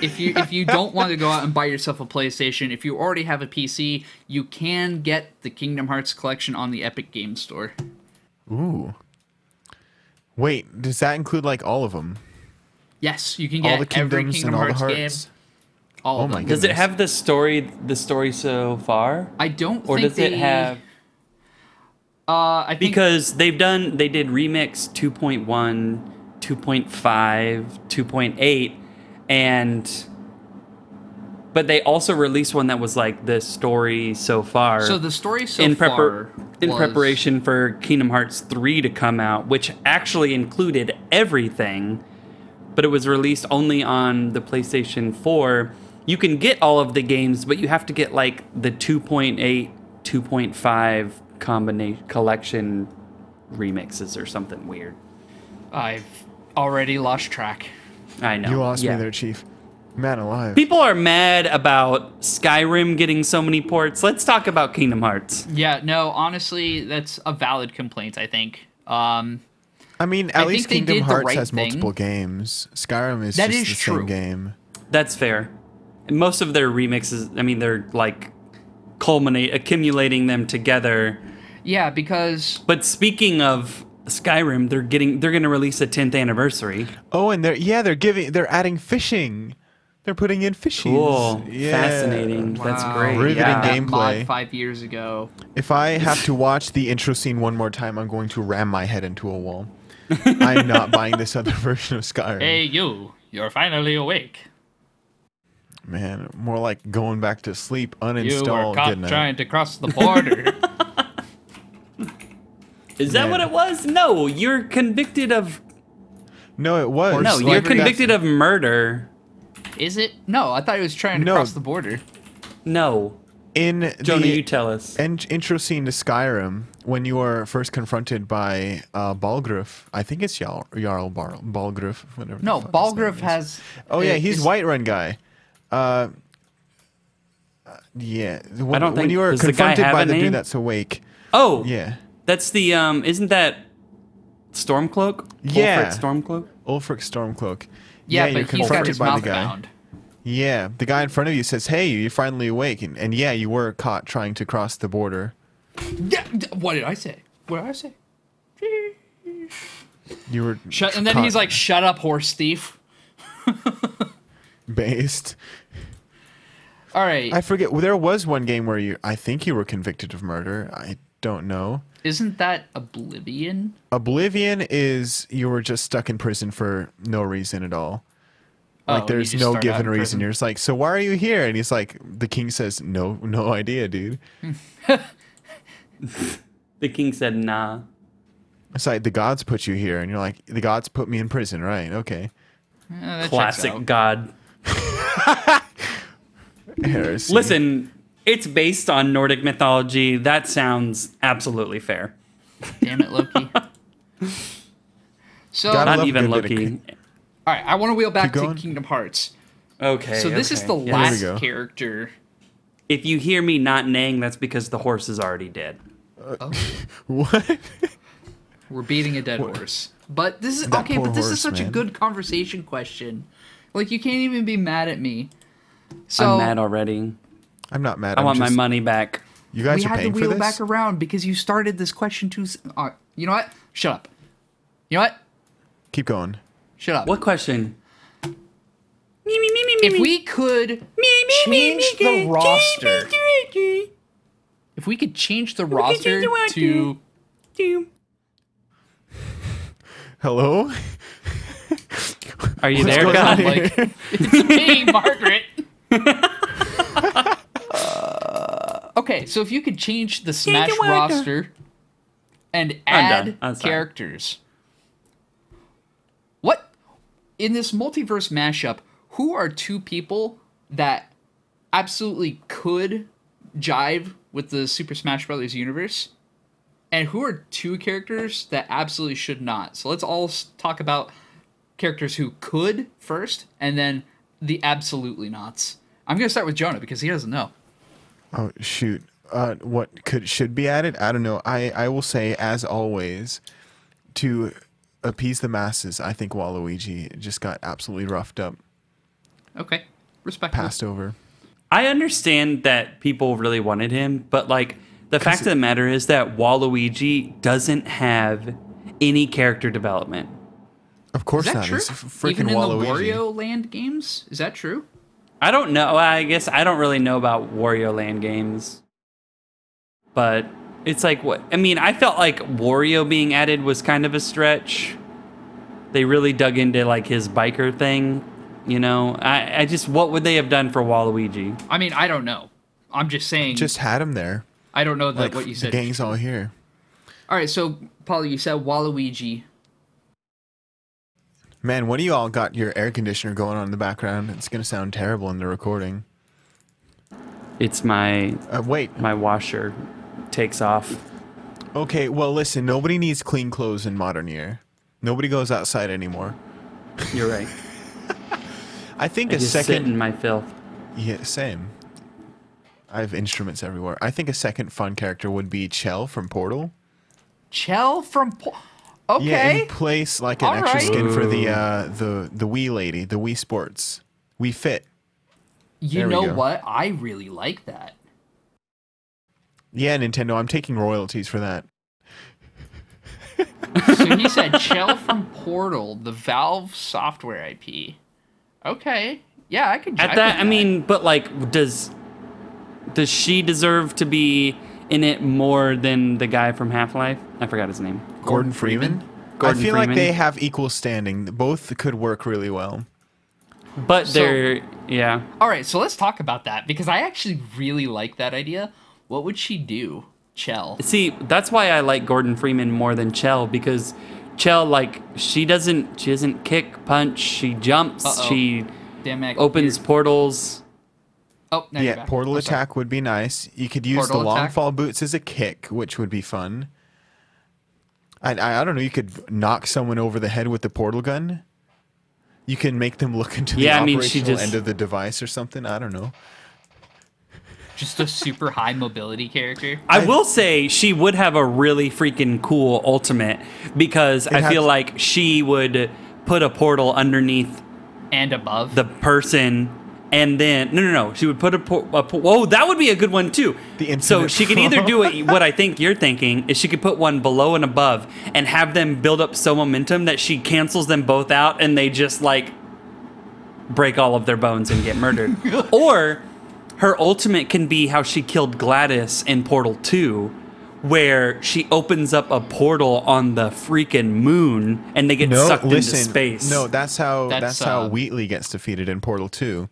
A: if you if you don't want to go out and buy yourself a PlayStation, if you already have a PC, you can get the Kingdom Hearts collection on the Epic Game Store.
C: Ooh. Wait, does that include like all of them?
A: Yes, you can
C: all
A: get
C: the
A: every
C: kingdoms
A: Kingdom
C: and all
A: Hearts,
C: the
A: game.
C: hearts.
A: All
C: Oh
A: of
C: my
A: them.
C: goodness.
B: Does it have the story the story so far?
A: I don't
B: or
A: think
B: does it
A: they-
B: have
A: uh, I think
B: because they've done they did remix 2.1 2.5, 2.8, and but they also released one that was like the story so far.
A: So the story so
B: in
A: far
B: prepar- in
A: was-
B: preparation for Kingdom Hearts 3 to come out, which actually included everything, but it was released only on the PlayStation 4. You can get all of the games, but you have to get like the 2.8, 2.5 combination collection remixes or something weird.
A: I've already lost track.
B: I know.
C: You lost
B: yeah.
C: me there, Chief. Man alive.
B: People are mad about Skyrim getting so many ports. Let's talk about Kingdom Hearts.
A: Yeah, no, honestly, that's a valid complaint. I think. Um,
C: I mean,
A: I
C: at
A: think
C: least
A: they
C: Kingdom
A: did the
C: Hearts
A: right
C: has multiple
A: thing.
C: games. Skyrim is
A: That
C: just
A: is
C: the
A: true.
C: same game.
B: That's fair. And most of their remixes, I mean, they're like culminate, accumulating them together.
A: yeah, because
B: But speaking of Skyrim, they're getting, they're going to release a 10th anniversary.
C: Oh, and they're yeah, they're giving they're adding fishing. They're putting in fishies.
B: Cool.
C: Yeah.
B: Fascinating. That's
A: Wow.
B: great.
C: Riveting
B: yeah.
A: that
C: game.
A: mod
C: gameplay.
A: five years ago.
C: If I have to watch the intro scene one more time, I'm going to ram my head into a wall. I'm not buying this other version of Skyrim.
A: Hey, you! You're finally awake.
C: Man, more like going back to sleep,
A: You were
C: uninstall,
A: caught
C: good night.
A: trying to cross the border.
B: Is that
C: Yeah.
B: what it was? No, you're convicted of,
C: No, it was.
B: no,
C: like,
B: you're
C: that's-
B: convicted of murder.
A: Is it? No, I thought he was trying to
C: No.
A: cross the border.
B: No.
C: in
B: Jonah,
C: the
B: you tell us.
C: en- intro scene to Skyrim when you are first confronted by uh, Balgruf. I think it's Jarl, Jarl Bar- Balgruf. Whatever the
A: No,
C: fuck his name
A: Balgrove
C: is.
A: has.
C: Oh yeah,
A: it-
C: he's
A: it's-
C: Whiterun guy. Uh, uh, yeah, when,
B: don't
C: when
B: think-
C: you are
B: does the guy
C: confronted
B: have
C: by
B: a
C: the
B: name?
C: dude that's awake.
B: Oh,
C: Yeah,
B: That's the, um, isn't that Stormcloak?
C: Yeah.
B: Ulfric Stormcloak?
C: Ulfric Stormcloak.
A: Yeah, but
C: you're
A: he's got
C: confronted
A: his
C: by
A: mouth
C: the guy.
A: bound.
C: Yeah, the guy in front of you says, "Hey, you're finally awake," and, and yeah, you were caught trying to cross the border.
A: Yeah, d- what did I say? What did I say?
C: You were
A: Shut, and then
C: caught
A: he's like, "Shut up, horse thief."
C: based.
A: All right,
C: I forget. There was one game where you, I think you were convicted of murder. I don't know.
A: isn't that Oblivion?
C: Oblivion is you were just stuck in prison for no reason at all. Like
A: Oh,
C: there's
A: you just
C: no
A: start out
C: given
A: in
C: reason.
A: prison.
C: You're just like, so why are you here? And he's like, the king says, no, no idea, dude.
B: The king said, nah.
C: It's like the gods put you here, and you're like, the gods put me in prison, right? Okay.
A: Eh, that checks
B: Classic
A: out.
B: god.
C: Heresy.
B: Listen, it's based on Nordic mythology. That sounds absolutely fair.
A: Damn it, Loki. so,
C: Gotta
A: all
B: Not
C: love a
B: even
C: good bit of
B: Loki.
A: right, I want to wheel back
C: Keep
A: to
C: going.
A: Kingdom Hearts.
B: Okay.
A: So this is
B: okay,
A: the
B: yes.
A: last
C: go.
A: character.
B: If you hear me not neighing, that's because the horse is already dead.
C: what?
A: We're beating a dead horse. But this is
C: That
A: okay.
C: poor
A: But this
C: horse,
A: is such a
C: man.
A: good conversation question. Like you can't even be mad at me. So
B: I'm mad already.
C: I'm not mad.
B: I
C: I'm
B: want
C: just-
B: my money back.
C: You guys
A: we
C: are
A: had to
C: paying for
A: wheel
C: this.
A: back around because you started this question too. s- Uh, you know what? Shut up. You know what?
C: Keep going.
A: Shut up.
B: What question? Me, me, me, me, me,
A: If
B: me.
A: we could
B: Me, me, me,
A: change
B: me,
A: the
B: me,
A: roster.
B: me, me, me,
A: if we could change the
B: could change
A: roster
B: the roster.
A: to
B: me.
C: Hello.
B: Are you
C: What's
B: there,
C: going on
B: God?
C: here?
A: like it's me, Margaret. Uh, okay, so if you could change the Smash
B: worker.
A: roster and
B: done.
A: add
B: I'm sorry.
A: characters, what in this multiverse mashup? Who are two people that absolutely could jive with the Super Smash Brothers universe? And who are two characters that absolutely should not? So let's all s- talk about characters who could first, and then the absolutely nots. I'm gonna start with Jonah because he doesn't know.
C: Oh shoot! Uh, what could should be added? I don't know. I I will say as always, to appease the masses, I think Waluigi just got absolutely roughed up,
A: Okay, respect.
C: passed over.
B: I understand that people really wanted him, but like the fact of the matter is that Waluigi doesn't have any character development.
C: Of course
A: Is that
C: not.
A: true?
C: It's freaking
A: Even in
C: Waluigi.
A: the Wario Land games, is that true?
B: I don't know. I guess I don't really know about Wario Land games. But it's like what I mean, I felt like Wario being added was kind of a stretch. they really dug into like his biker thing. You know, I, I just what would they have done for Waluigi?
A: I mean, I don't know. I'm just saying.
C: Just had him there.
A: I don't know that
C: Like
A: what you said.
C: The gang's all here.
A: All right, so Paulie, you said Waluigi.
C: Man, what do you all got your air conditioner going on in the background? It's gonna sound terrible in the recording.
B: It's my
C: Uh, wait.
B: my washer takes off.
C: Okay. Well, listen. Nobody needs clean clothes in modern year. Nobody goes outside anymore.
B: You're right.
C: I think
B: I
C: a
B: just sit
C: second.
B: in my filth.
C: Yeah, same. I have instruments everywhere. I think a second fun character would be Chell from Portal.
A: Chell from. Po- okay.
C: Yeah, in place like an
A: All
C: extra
A: right.
C: skin for the
B: Ooh.
C: uh, the the Wii lady, the Wii Sports, Wii Fit.
A: you
C: there we
A: know
C: go.
A: what? I really like that.
C: Yeah, Nintendo. I'm taking royalties for that.
A: So he said Chell from Portal, the Valve software IP. Okay. Yeah, I could. jive
B: At
A: with
B: that, I mean, but like, does does she deserve to be in it more than the guy from Half Life? I forgot his name.
C: Gordon Freeman.
B: Gordon
C: I feel
B: Freeman.
C: like they have equal standing. Both could work really well.
B: But
A: So-
B: they're yeah.
A: All right, so let's talk about that because I actually really like that idea. What would she do, Chell?
B: See, that's why I like Gordon Freeman more than Chell because Chell like she doesn't she doesn't kick, punch, she jumps,
A: Uh-oh.
B: she
A: Damn it!
B: opens
A: you're-
B: portals.
A: Oh, now you're
C: Yeah,
A: back.
C: portal
A: I'm sorry.
C: attack would be nice. You could use
A: Portal
C: the long
A: attack?
C: fall boots as a kick, which would be fun. I, I I don't know. You could knock someone over the head with the portal gun. You can make them look into the
B: Yeah, I
C: operational
B: mean, she just-
C: end of the device or something. I don't know.
A: Just a super high mobility character.
B: I will say she would have a really freaking cool ultimate because I
C: has-
B: feel like she would put a portal underneath
A: and above.
B: the person and then no no no she would put a, po- a po- whoa that would be a good one too
C: The
B: so
C: infinite
B: she could either do what, what i think you're thinking is she could put one below and above and have them build up so momentum that she cancels them both out and they just like break all of their bones and get murdered or her ultimate can be how she killed gladys in portal 2 where she opens up a portal on the freaking moon and they get sucked into space
C: No, that's how
A: That's,
C: that's, how
A: uh,
C: Wheatley gets defeated in Portal Two.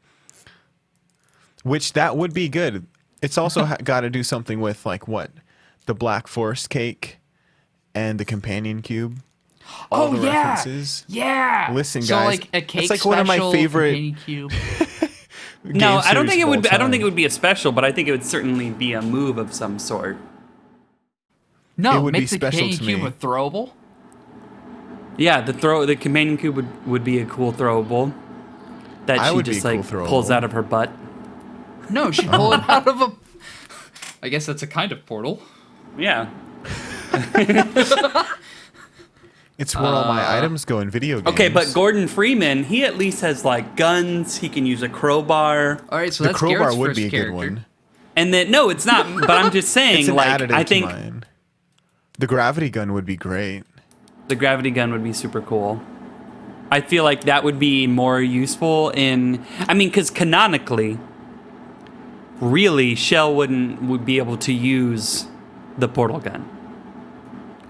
C: Which that would be good. It's also ha- got to do something with like what the Black Forest cake and the companion cube. All
A: oh
C: the
A: yeah,
C: references.
A: yeah.
C: Listen,
A: so
C: guys,
A: like a
C: that's
A: cake
C: like one of my
A: special,
C: favorite
A: companion cube.
B: No,
C: game
B: I don't
C: series
B: think it
C: of
B: would.
C: all
B: Be, I don't
C: time.
B: think it would be a special, but I think it would certainly be a move of some sort.
A: No,
C: It would
A: make
C: be
A: the
C: special
A: companion
C: to
A: cube
C: me.
A: a throwable.
B: Yeah, the throw, the companion cube would, would be a cool throwable that
C: I
B: she
C: would be
B: just
C: a cool
B: like pulls
C: throwable.
B: out of her butt.
A: No, she pull it out of a. I guess that's a kind of portal.
B: Yeah.
C: It's where all my items go in video games.
B: Uh, Okay, but Gordon Freeman, he at least has like guns. He can use a crowbar,
A: All right, so
C: the
A: that's
C: crowbar
A: Garrett's
C: would
A: first
C: be a
A: character.
C: good one.
B: and then no, it's not. But I'm just saying,
C: It's an
B: like,
C: additive
B: I
C: to
B: think
C: mine. The gravity gun would be great.
B: the gravity gun would be super cool. I feel like that would be more useful in. I mean, because canonically, really, Shell wouldn't would be able to use the portal gun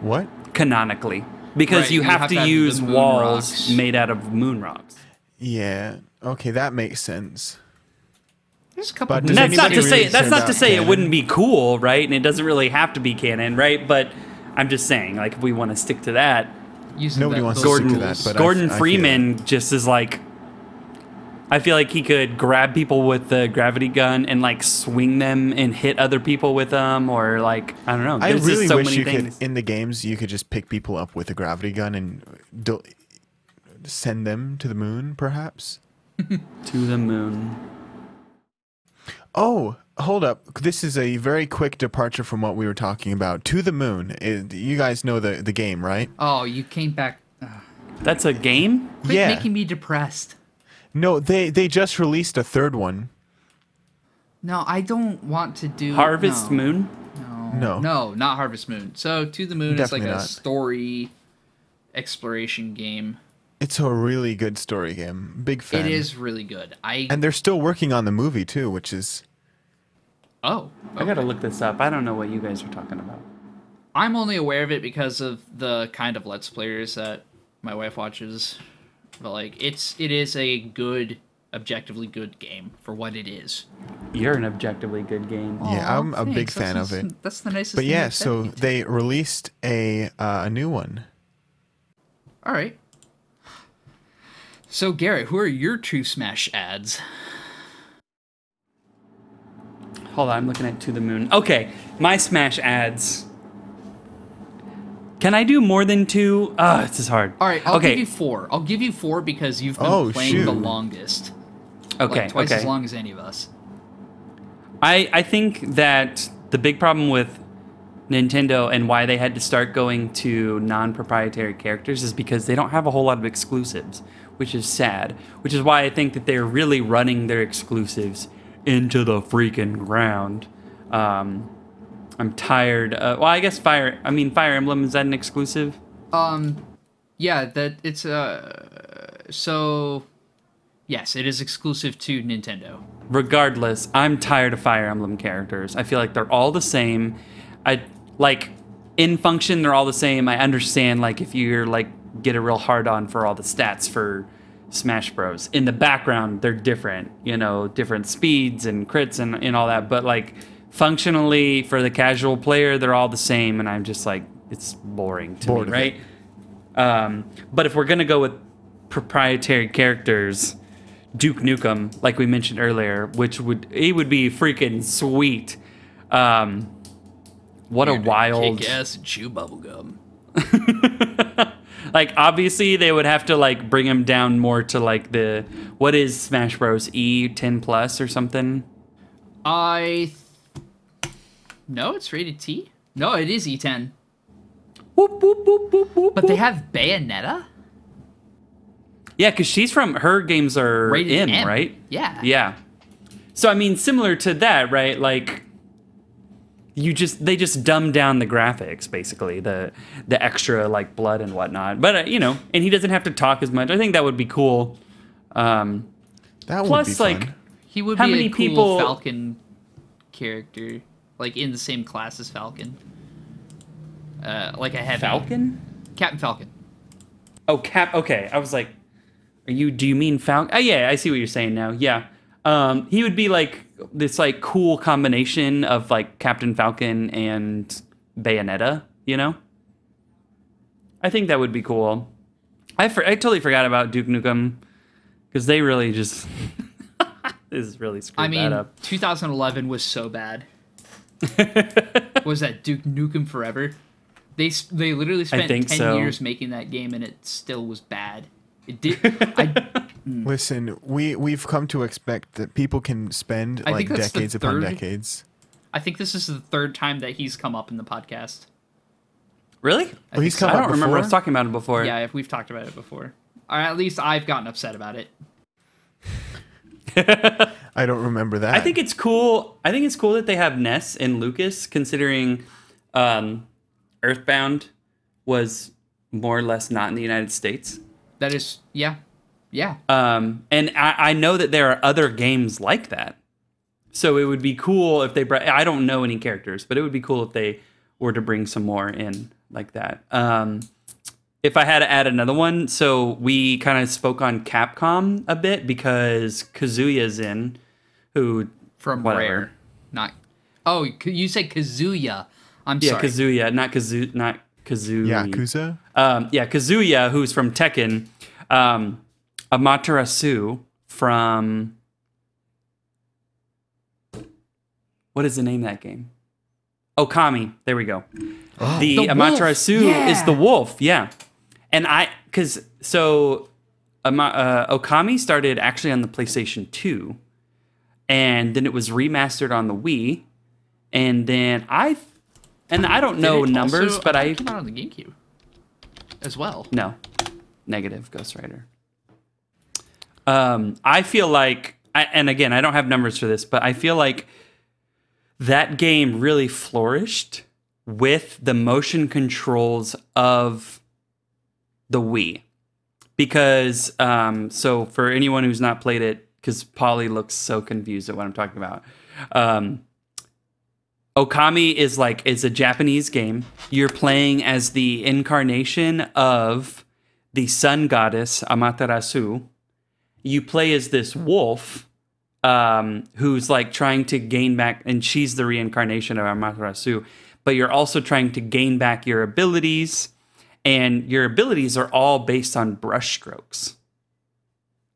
C: What?
B: canonically because
A: Right,
B: you, have, to,
A: have the
B: use
A: moon
B: walls
A: rocks.
B: made out of moon rocks.
C: Yeah. Okay, that makes sense.
A: There's a couple.
C: But
A: of
C: does
B: And that's not
C: anybody
B: to say
C: really
B: that's
C: care
B: not
C: about
B: to say
C: canon?
B: it wouldn't be cool, right? And it doesn't really have to be canon, right? But I'm just saying, like, if we want to stick to that,
A: using
C: Nobody
A: that-
C: wants to
A: those
C: stick
B: Gordon
C: to that,
A: rules.
C: but I-
B: Gordon
C: I feel
B: Freeman just is like I feel like he could grab people with the gravity gun and like swing them and hit other people with them or like I don't know.
C: I
B: There's
C: really
B: just so
C: wish
B: many
C: you
B: things.
C: could in the games you could just pick people up with a gravity gun and del- send them to the moon, perhaps.
B: to the moon.
C: Oh, hold up! This is a very quick departure from what we were talking about. To the moon. Eh, you guys know the the game, right?
A: Oh, you came back. Ugh.
B: That's a game?
A: Quit
C: yeah.
A: making me depressed.
C: no, they they just released a third one.
A: No, I don't want to do
B: Harvest
A: no,
B: Moon?
A: No,
C: No.
A: no, not Harvest Moon. So to the moon is like
C: Oh. Definitely
A: a
C: not.
A: story exploration game.
C: It's a really good story game. Big fan.
A: It is really good. I
C: And they're still working on the movie too, which is
A: oh,
B: I got to look this up. I don't know what you guys are talking about.
A: I'm only aware of it because of the kind of let's players that my wife watches, but like it's it is a good, objectively good game for what it is.
B: You're an objectively good game.
C: Yeah, I'm a big fan
A: Oh, That's-
C: of it.
A: That's the nicest.
C: But
A: thing
C: yeah,
A: you've said.
C: so they released a uh, a new one.
A: all right. So Garrett, who are your two Smash ads?
B: Hold on, I'm looking at To the Moon. Okay, my Smash ads. Can I do more than two? Ah, this is hard.
A: All right, I'll
B: okay,
A: give you four. I'll give you four because you've been
C: Oh,
A: playing the
C: shoot.
A: longest,
B: okay,
A: like twice
B: okay.
A: as long as any of us.
B: I, I think that the big problem with Nintendo and why they had to start going to non proprietary characters is because they don't have a whole lot of exclusives, which is sad. Which is why I think that they're really running their exclusives into the freaking ground. Um, I'm tired. Of, well, I guess Fire. I mean, Fire Emblem is that an exclusive?
A: Um, yeah, that it's uh, so yes, it is exclusive to Nintendo.
B: regardless, I'm tired of Fire Emblem characters. I feel like they're all the same. I like in function they're all the same. I understand like if you're like get a real hard on for all the stats for Smash Bros. In the background, they're different, you know, different speeds and crits and, and all that. But like functionally for the casual player, they're all the same and I'm just like it's boring to
C: Bored
B: me,
C: of it.
B: right? Um, but if we're gonna go with proprietary characters, Duke Nukem, like we mentioned earlier, which would it would be freaking sweet. Um, what a wild,
A: kick ass chew bubblegum.
B: like obviously they would have to like bring him down more to like the what is Smash Bros. E ten plus or something.
A: I th- no, it's rated T. No, it is E10.
B: Whoop whoop whoop whoop whoop.
A: But they have Bayonetta
B: yeah, because she's from her games are
A: rated
B: M,
A: M.
B: right?
A: Yeah.
B: Yeah. So I mean, similar to that, right? Like, you just they just dumb down the graphics, basically the the extra like blood and whatnot. But uh, you know, and he doesn't have to talk as much. I think that would be cool. Um,
C: That would be
B: plus,
C: fun.
B: like,
A: He would
B: How
A: be
B: many
A: a cool
B: people-
A: Falcon character, like in the same class as Falcon. Uh, like a heavy
B: Falcon.
A: Captain Falcon.
B: Oh, Cap. Okay, I was like, "Are you? Do you mean Falcon?" Oh, yeah, I see what you're saying now. Yeah, um, he would be like this, like cool combination of like Captain Falcon and Bayonetta. You know, I think that would be cool. I for- I totally forgot about Duke Nukem because they really just this is really screwed
A: I mean,
B: that up.
A: 2011 was so bad. was that Duke Nukem Forever? They s- they literally spent
B: think
A: 10
B: so.
A: years making that game and it still was bad. It did. I,
C: listen, we we've come to expect that people can spend
A: I
C: like
A: think that's the
C: decades upon
A: third-
C: decades.
A: I think this is the third time that he's come up in the podcast.
B: Really?
C: Oh, he's
A: think
C: come
B: I
C: up
B: don't remember
C: before?
B: us talking about it before.
A: Yeah, if we've talked about it before, or at least I've gotten upset about it.
C: I don't remember that.
B: I think it's cool. I think it's cool that they have Ness and Lucas, considering um, Earthbound was more or less not in the United States.
A: That is, yeah, yeah.
B: Um, and I, I know that there are other games like that. So it would be cool if they brought. I don't know any characters, but it would be cool if they were to bring some more in like that. Um, if I had to add another one, so we kind of spoke on Capcom a bit because Kazuya's in, who
A: From
B: whatever.
A: Rare, not. Oh, K- you said Kazuya. I'm
B: Yeah,
A: sorry.
B: Kazuya, not Kazu, not Kazooie.
C: Yakuza.
B: Um, yeah, Kazuya, who's from Tekken. Um, Amaterasu from what is the name of that game? Okami. There we go. the
A: The wolf,
B: Amaterasu is
A: yeah.
B: the wolf. Yeah, and I because so Ama- uh, Okami started actually on the PlayStation Two, and then it was remastered on the Wii, and then I. And I don't know
A: Did it
B: numbers,
A: also-
B: but
A: thought it
B: I
A: came out on the GameCube as well.
B: no. Negative Ghost Rider. Um, I feel like, I, and again, I don't have numbers for this, but I feel like that game really flourished with the motion controls of the Wii. Because, um, so for anyone who's not played it, because Polly looks so confused at what I'm talking about. Um, Okami is like it's a Japanese game. You're playing as the incarnation of the sun goddess Amaterasu. You play as this wolf um, who's like trying to gain back, and she's the reincarnation of Amaterasu. But you're also trying to gain back your abilities, and your abilities are all based on brushstrokes.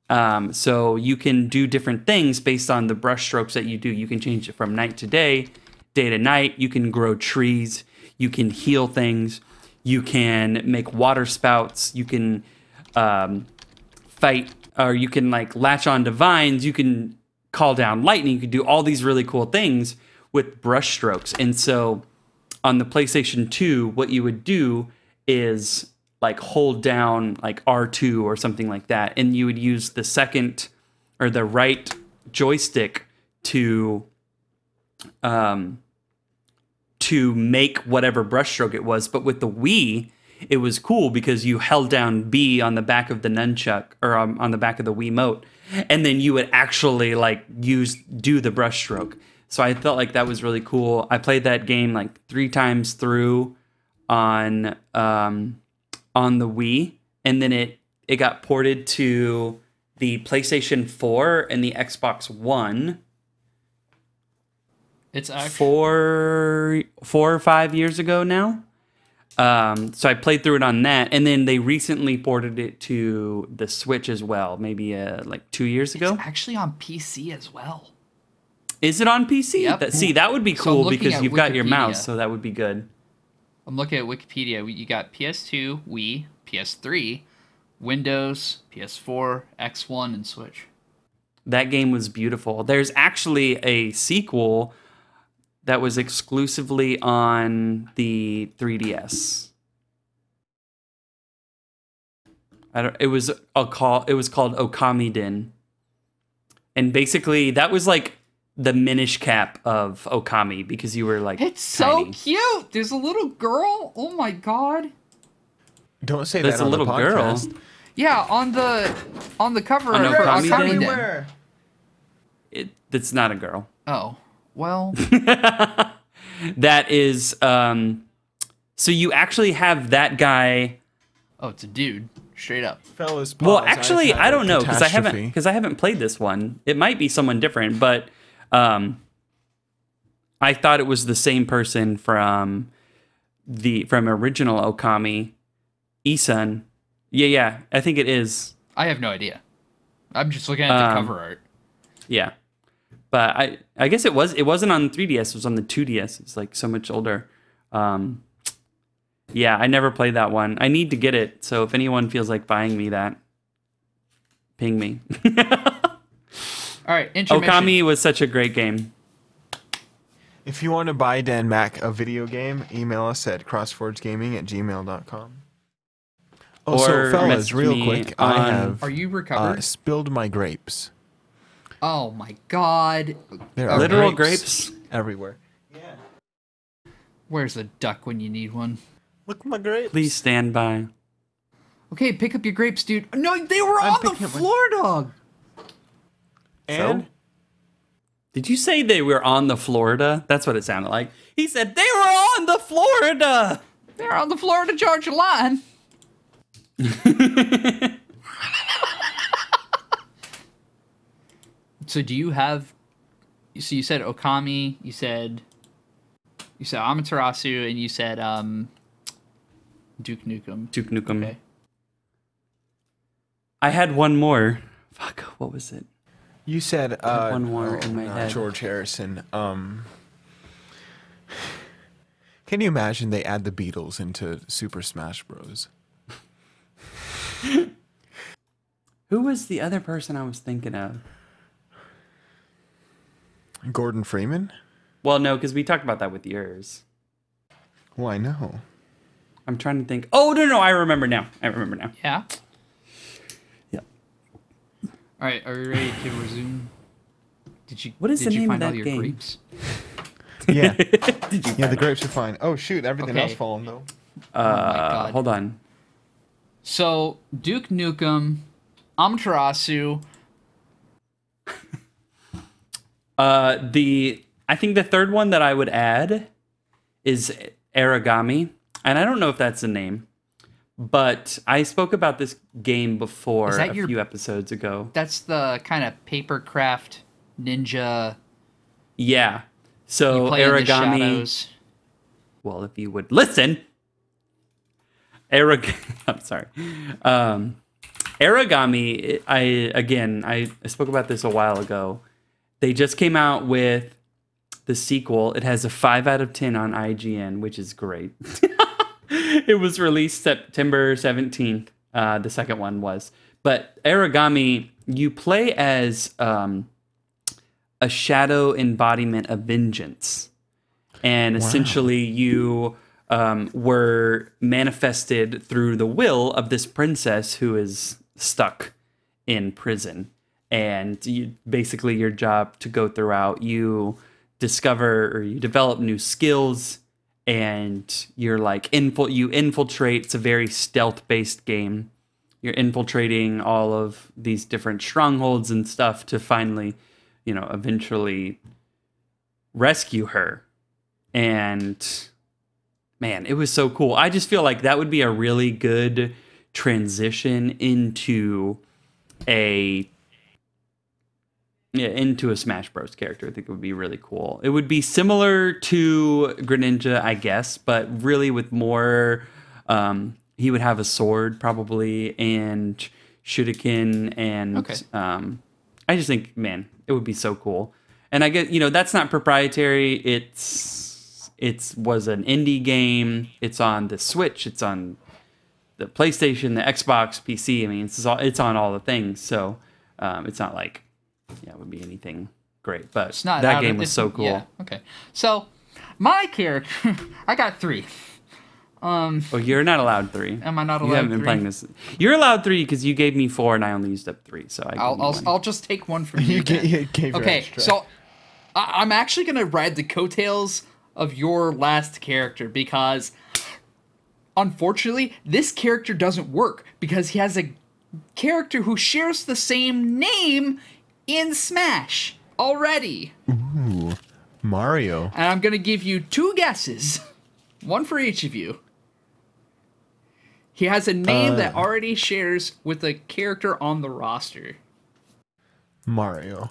B: Um, so you can do different things based on the brushstrokes that you do. You can change it from night to day, day to night. You can grow trees. You can heal things. You can make water spouts. You can um, fight, or you can like latch on to vines. You can call down lightning. You can do all these really cool things with brushstrokes. And so on the PlayStation 2, what you would do is like hold down like R2 or something like that. And you would use the second or the right joystick to um to make whatever brushstroke it was. But with the Wii, it was cool because you held down B on the back of the nunchuck or um, on the back of the Wii mote, and then you would actually like use do the brushstroke. So I felt like that was really cool. I played that game like three times through on um, on the Wii, and then it it got ported to the PlayStation 4 and the Xbox One
A: It's actually
B: four four or five years ago now. Um, so I played through it on that, and then they recently ported it to the Switch as well, maybe uh, like two years ago.
A: actually on PC as well.
B: Is it on PC?
A: Yep.
B: That, see, that would be
A: So I'm
B: cool
A: looking
B: because
A: at
B: you've got your
A: Wikipedia.
B: mouse, so that would be good.
A: I'm looking at Wikipedia. You got PS2, Wii, PS3, Windows, PS4, X1, and Switch.
B: That game was beautiful. There's actually a sequel that was exclusively on the 3DS. I don't, it was a call. It was called Okami Din, and basically that was like the Minish Cap of Okami because you were like
A: It's so
B: tiny.
A: cute. There's a little girl. Oh my god.
C: Don't say
B: There's
C: that
B: a
C: on the
B: little girl.
C: podcast.
A: Yeah, on the on the cover
B: On
A: of
B: Okami
A: Akami
B: Day?
A: Day.
D: Everywhere.
B: It, it's not a girl.
A: Oh well.
B: That is um. So you actually have that guy.
A: Oh, it's a dude. Straight up.
C: Fellas,
B: Well,
C: pause. I've
B: actually,
C: had
B: I
C: a
B: don't know because I haven't
C: catastrophe.
B: because I haven't played this one. It might be someone different, but um, I thought it was the same person from the from original Okami, Isun. Yeah, yeah, I think it is.
A: I have no idea. I'm just looking at the
B: Um,
A: cover art.
B: Yeah, but I I guess it was it wasn't on 3ds. It was on the 2ds. It's like so much older. Um, yeah, I never played that one. I need to get it. So if anyone feels like buying me that, ping me.
A: All right, intermission.
B: Okami was such a great game.
C: If you want to buy Dan Mac a video game, email us at crossforgegaming at gmail.com. Oh,
B: Or
C: so
B: message
C: fellas, real
B: me
C: quick,
B: on-
C: I have
A: Are you
C: uh,
A: recovered?
C: spilled my grapes.
A: oh my god.
C: There
A: Are
C: are
B: Literal grapes.
C: grapes. everywhere.
A: Where's the duck when you need one?
C: Look at my grapes.
B: Please stand by.
A: Okay, pick up your grapes, dude. No, they were
C: I'm
A: on the
C: picking up my-
A: floor, dog.
C: And
B: So? Did you say they were on the Florida? That's what it sounded like. He said they were on the Florida.
A: They're on the Florida Georgia line. so do you have so you said Okami, you said you said Amaterasu and you said um Duke Nukem.
B: Duke Nukem.
A: Okay.
B: I had one more. Fuck. What was it?
C: you said uh,
B: one more in my
C: not
B: head.
C: George Harrison. Um, can you imagine they add the Beatles into Super Smash Bros?
B: Who was the other person I was thinking of?
C: Gordon Freeman?
B: Well, no, because we talked about that with yours.
C: Well, I know.
B: I'm trying to think. Oh no, no, I remember now. I remember now.
A: Yeah.
B: Yeah.
A: All right, are you ready to resume? Did you
B: What is
A: did
B: the
A: you
B: name of
A: find all
B: that
A: your
B: game?
A: grapes?
C: Yeah,
B: Did you?
C: yeah, the grapes are fine. Oh shoot, everything
A: Okay.
C: else fallen though.
B: Uh,
A: God.
B: hold on.
A: So Duke Nukem, Amaterasu,
B: Uh, the I think the third one that I would add is Aragami, and I don't know if that's the name, But I spoke about this game before
A: Is that
B: a
A: your-
B: few episodes ago.
A: That's the kind of paper craft ninja
B: Yeah. So
A: play in the
B: Oh, origami.
A: shadows.
B: Well, if you would listen, Arag- I'm sorry. Um, Aragami, I again, I, I spoke about this a while ago. They just came out with the sequel. It has a five out of ten on IGN, which is great. it was released September seventeenth. Uh, the second one was, but Aragami, you play as um, a shadow embodiment of vengeance and essentially you um, were manifested through the will of this princess who is stuck in prison and you, basically your job to go throughout you discover or you develop new skills and you're like infil- you infiltrate it's a very stealth based game you're infiltrating all of these different strongholds and stuff to finally you know eventually rescue her and man, it was so cool. I just feel like that would be a really good transition into a yeah, into a Smash Bros character. I think it would be really cool. It would be similar to Greninja, I guess, but really with more um he would have a sword probably and shuriken and
A: Okay.
B: um I just think man, it would be so cool. And I get, you know, that's not proprietary. It's it's was an indie game. It's on the Switch, it's on the PlayStation, the Xbox, PC. I mean, it's all it's on all the things. So um, it's not like yeah, it would be anything great. But
A: It's not
B: that
A: out of-
B: game was
A: it's-
B: so cool.
A: yeah, okay, so my character, I got three.
B: Oh, you're not allowed three.
A: Am I not
B: You
A: allowed
B: haven't been
A: three?
B: playing this. You're allowed three because you gave me four and I only used up three. So I
A: I'll,
B: give you
A: I'll,
B: one.
A: I'll just take one from you.
C: You ga-
A: then.
C: you gave your
A: okay,
C: extra.
A: so I, I'm actually gonna ride the coattails of your last character because, unfortunately, this character doesn't work because he has a character who shares the same name in Smash already.
C: Mario.
A: And I'm gonna give you two guesses, one for each of you. He has a name
B: Uh.
A: that already shares with a character on the roster.
C: Mario.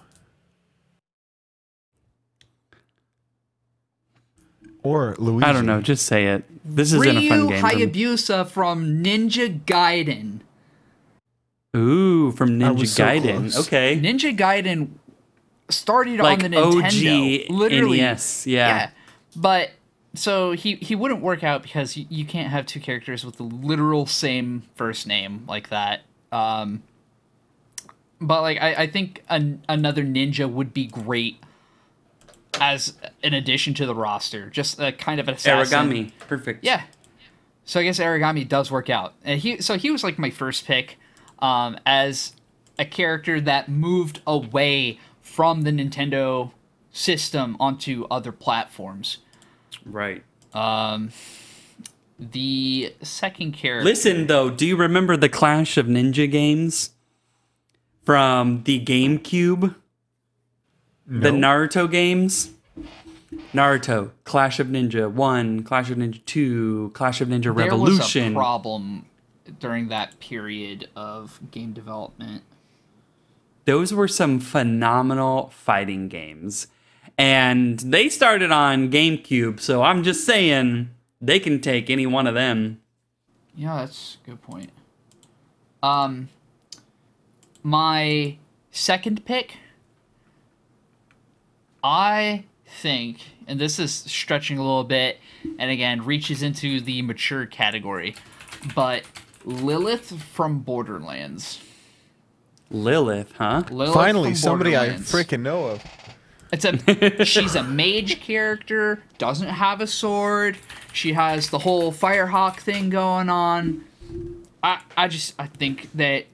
C: Or Luigi.
B: I don't know. Just say it. This isn't a fun
A: Ryu
B: game. for me.
A: Hayabusa from Ninja Gaiden.
B: Ooh, from
C: I
B: Ninja
C: was so
B: Gaiden.
C: close.
B: okay.
A: Ninja Gaiden started
B: like
A: on the Nintendo,
B: OG
A: literally.
B: NES.
A: Yeah, but so he he wouldn't work out because you, you can't have two characters with the literal same first name like that. Um, but like I, I think an, another ninja would be great as an addition to the roster, just a kind of an assassin.
B: Origami. Perfect.
A: Yeah. So I guess Aragami does work out. And he so he was like my first pick um, as a character that moved away from the Nintendo system onto other platforms.
B: Right.
A: The second character
B: Listen though, do you remember the clash of ninja games from the GameCube? The Naruto games? Naruto, Clash of Ninja 1, Clash of Ninja 2, Clash of Ninja
A: there
B: Revolution.
A: was a problem during that period of game development.
B: Those were some phenomenal fighting games. And they started on GameCube, so I'm just saying they can take any one of them.
A: Yeah, that's a good point. Um, my second pick, I think, and this is stretching a little bit, and again reaches into the mature category, but Lilith from Borderlands.
B: Lilith, huh?
A: Lilith
C: Finally,
A: from
C: somebody I
A: Borderlands.
C: freaking know of.
A: It's a she's a mage character, doesn't have a sword. She has the whole Firehawk thing going on. I I just I think that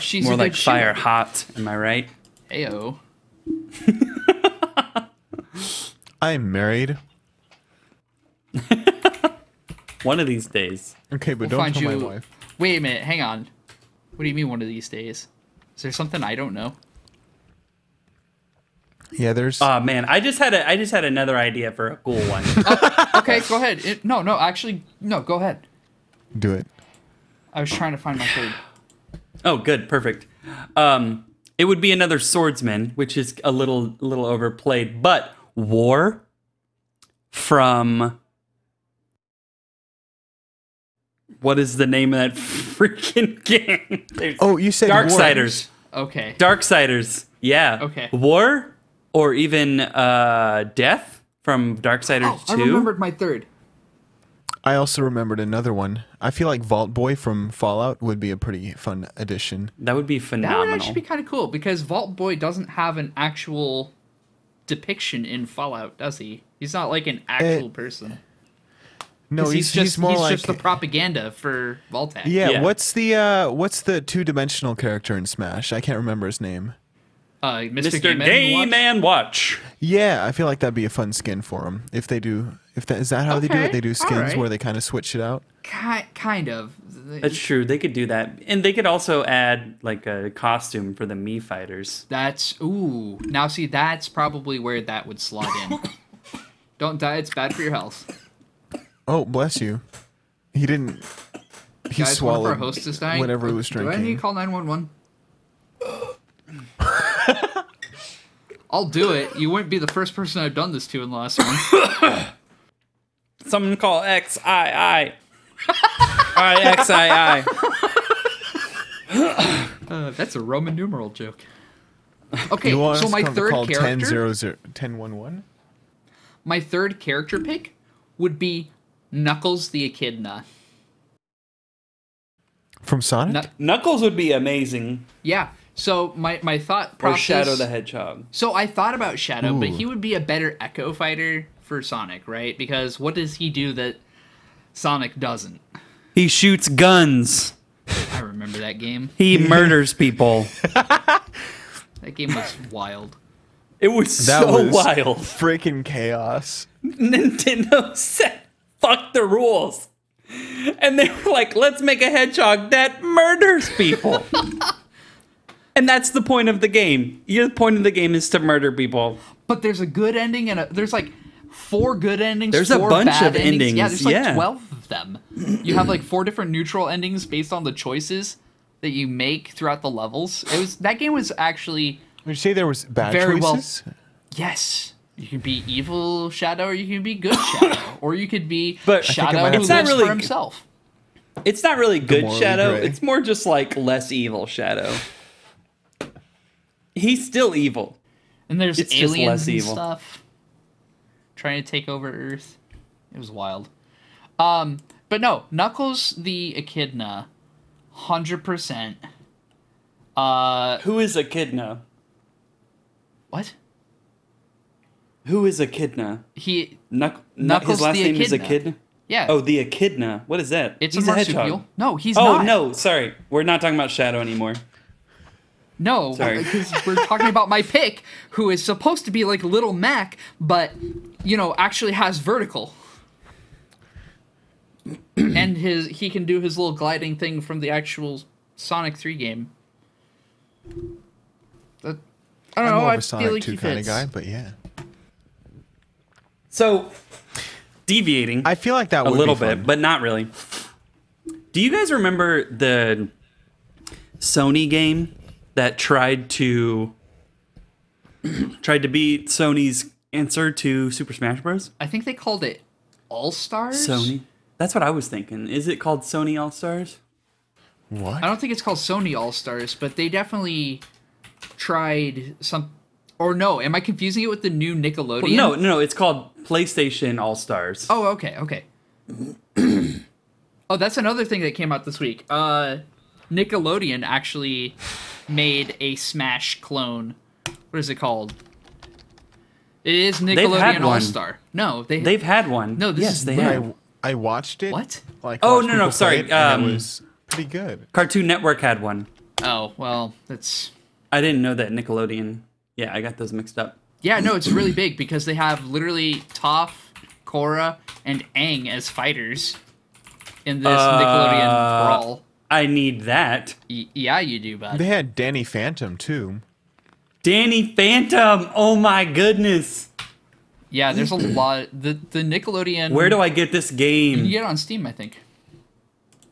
A: she's
B: More
A: a
B: like
A: good shooter.
B: Fire Hot, am I right?
A: Ayo.
C: I'm married.
B: One of these days.
C: Okay, but
A: Find
C: don't tell
A: you.
C: my wife.
A: Wait a minute, hang on. What do you mean one of these days? Is there something I don't know?
C: Yeah, there's.
A: Uh,
B: Oh man, I just had a I just had another idea for a cool one.
A: Okay, go ahead. It- no, no, actually, no. Go ahead.
C: do it.
A: I was trying to find my third.
B: Oh, good, perfect. Um, it would be another swordsman, which is a little little overplayed, but war from what is the name of that freaking game? There's
C: Oh, you said
B: Darksiders.
A: Okay.
B: Darksiders. Yeah.
A: Okay.
B: War or even uh, death from Darksiders
A: Oh, I
B: 2.
A: remembered my third.
C: I also remembered another one. I feel like Vault Boy from Fallout would be a pretty fun addition.
B: That would be
A: That would
B: phenomenal.
A: actually be kind of cool because Vault Boy doesn't have an actual depiction in Fallout, does he? He's not like an actual person.
C: Eh, No,
A: 'Cause
C: he's,
A: he's,
C: he's,
A: just
C: more
A: he's
C: like
A: just the propaganda for Vault Act.
C: yeah,
B: Yeah.
C: What's the uh, what's the two dimensional character in Smash? I can't remember his name.
A: Uh, Mr.
B: Mr.
A: Game,
B: Game
A: Watch?
B: and Watch.
C: Yeah, I feel like that'd be a fun skin for him if they do. If that is that how they do it?
A: Okay,
C: They do skins
A: alright.
C: where they kind of switch it out.
A: Ki- kind of.
B: That's true. They could do that. And they could also add like a costume for the Mii fighters.
A: That's ooh. Now see, that's probably where that would slot in. Don't die; it's bad for your health.
C: Oh, bless you. He didn't. He
A: Guys, one of our
C: swallowed
A: hosts is dying.
C: whatever he was
A: Do I need
C: drinking.
A: to call nine one one? I'll do it. You wouldn't be the first person I've done this to in the last one.
B: Someone call X I I. I X I I.
A: Uh, that's a Roman numeral joke. Okay,
C: you want
A: so
C: us
A: my
C: come to
A: third
C: call
A: character,
C: 10 0 0 10 1 1?
A: my third character pick would be Knuckles the Echidna.
C: From Sonic?
A: Nut-
B: Knuckles would be amazing.
A: yeah. So my my thought
B: Or
A: process.
B: Shadow the Hedgehog.
A: So I thought about Shadow, but
C: Ooh.
A: he would be a better Echo fighter for Sonic, right? Because what does he do that Sonic doesn't?
B: He shoots guns.
A: I remember that game.
B: He murders people.
A: That game was wild.
B: It was
C: That
B: so
C: was
B: wild.
C: freaking chaos.
B: Nintendo said, fuck the rules. And they were like, let's make a hedgehog that murders people. and that's the point of the game. Your point of the game is to murder people.
A: But there's a good ending and a, there's like four good endings.
B: There's a
A: four
B: bunch
A: bad
B: of endings,
A: Yeah, there's like
B: yeah.
A: twelve of them. You have like four different neutral endings based on the choices that you make throughout the levels. It was that game was actually
C: Would you say there was bad
A: Very well-
C: choices?
A: yes. You can be evil Shadow, or you can be good Shadow, or you could be
B: But I think I
A: Shadow
C: might
A: who lives
B: to- It's
C: have
B: not
A: for
B: really-
A: himself.
B: It's not really good
C: morally
B: Shadow.
C: gray.
B: It's more just like less evil Shadow. He's still evil.
A: And there's
B: It's just
A: aliens
B: less
A: and
B: evil.
A: stuff trying to take over Earth. It was wild. Um, but no, Knuckles the Echidna, hundred percent. Uh,
B: Who is Echidna?
A: what?
B: Who is Echidna?
A: He?
B: Knuck-
A: Knuckles
B: his last
A: the
B: name is
A: Echidna.
B: Echidna?
A: Yeah.
B: Oh, the Echidna. What is that?
A: it's
B: He's
A: a
B: a hedgehog.
A: marsupial. no, he's
B: Oh,
A: not.
B: no, sorry. We're not talking about Shadow anymore.
A: no,
B: Sorry.
A: because we're talking about my pick, who is supposed to be like Little Mac, but you know actually has vertical. and his he can do his little gliding thing from the actual Sonic Three game. That, I don't
C: I'm
A: know.
C: more
A: Oh, I
C: of
A: feel
C: a Sonic
A: like
C: 2
A: he
C: kind of
A: fits.
C: guy, but yeah.
B: So, deviating
C: I feel like that
B: a
C: would
B: little
C: be
B: bit,
C: fun.
B: but not really. Do you guys remember the Sony game that tried to tried to be Sony's answer to Super Smash Bros?
A: I think they called it All Stars.
B: Sony. That's what I was thinking. Is it called Sony All Stars?
A: I
C: What?
A: don't think it's called Sony All Stars, but they definitely tried some. Or no, am I confusing it with the new Nickelodeon?
B: No, no, no, it's called PlayStation All Stars.
A: Oh, okay, okay. oh, that's another thing that came out this week. Uh, Nickelodeon actually made a Smash clone. What is it called? It is
B: had
A: Nickelodeon
B: one.
A: All Star. No, they
B: They've had one.
A: No, this
B: yes,
A: is
B: they
A: weird.
B: have.
C: I, I watched it.
A: What?
C: Like,
B: Oh,
C: watched
B: no, no,
C: people play
B: sorry,
C: It, and
B: um,
C: it was pretty good.
B: Cartoon Network had one.
A: Oh well, that's
B: I didn't know that Nickelodeon. Yeah, I got those mixed up.
A: yeah. No, it's really big because they have literally Toph, Korra, and Aang as fighters in this Nickelodeon
B: Uh,
A: brawl.
B: I need that.
A: Y- yeah, you do, bud.
C: They had Danny Phantom too.
B: Danny Phantom. Oh my goodness.
A: yeah, there's a lot. The the Nickelodeon.
B: Where do I get this game?
A: you get it on Steam? I think.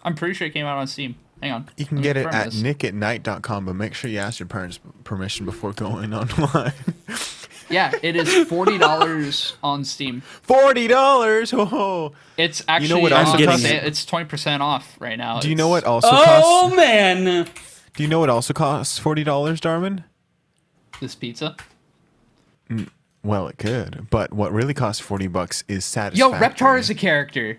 A: I'm pretty sure it came out on Steam. Hang on.
C: You can
A: Let me
C: get it
A: confirm
C: at
A: this.
C: nickatnight.com, but make sure you ask your parents permission before going online.
A: Yeah, it is forty dollars on Steam.
C: Forty dollars. Oh.
A: It's actually
C: what
A: on
C: also
B: getting
A: sa-
C: it?
A: it's twenty percent off right now.
C: Do you
A: It's-
C: know what also
B: oh
C: costs?
B: man,
C: Do you know what also costs forty dollars, Darwin?
A: this pizza?
C: Well, it could, but what really costs forty bucks is
A: Yo,
C: satisfactory.
A: Reptar is a character.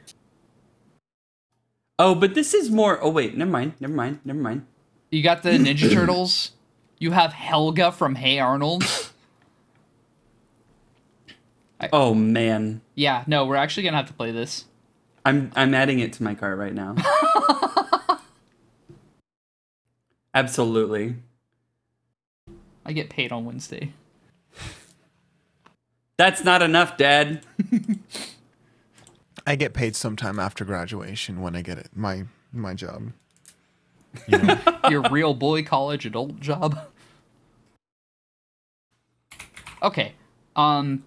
B: oh but this is more. Oh wait, never mind, never mind, never mind.
A: You got the Ninja Turtles. You have Helga from Hey Arnold.
B: Oh man,
A: Yeah, no, we're actually gonna have to play this.
B: I'm I'm adding it to my cart right now. Absolutely.
A: I get paid on Wednesday.
B: That's not enough, Dad.
C: I get paid sometime after graduation when I get it my my job. You know,
A: Your real boy college adult job. Okay. Um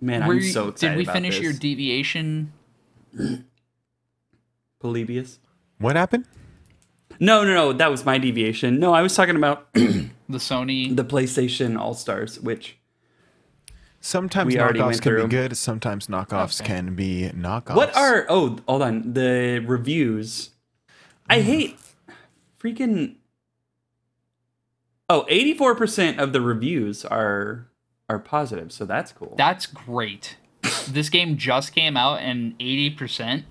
B: Man,
A: were
B: I'm
A: you-
B: so excited.
A: Did we
B: about
A: finish
B: this.
A: your deviation?
B: Polybius?
C: what happened?
B: No, no, no. That was my deviation. No, I was talking about
A: The Sony
B: the PlayStation All Stars, which
C: Sometimes
B: We already
C: knockoffs
B: went
C: can be
B: through.
C: good. Sometimes knockoffs
A: Okay.
C: can be knockoffs.
B: what are oh hold on the reviews. I hate freaking. Oh, 84 percent of the reviews are are positive, so that's cool.
A: That's great. this game just came out and 80%.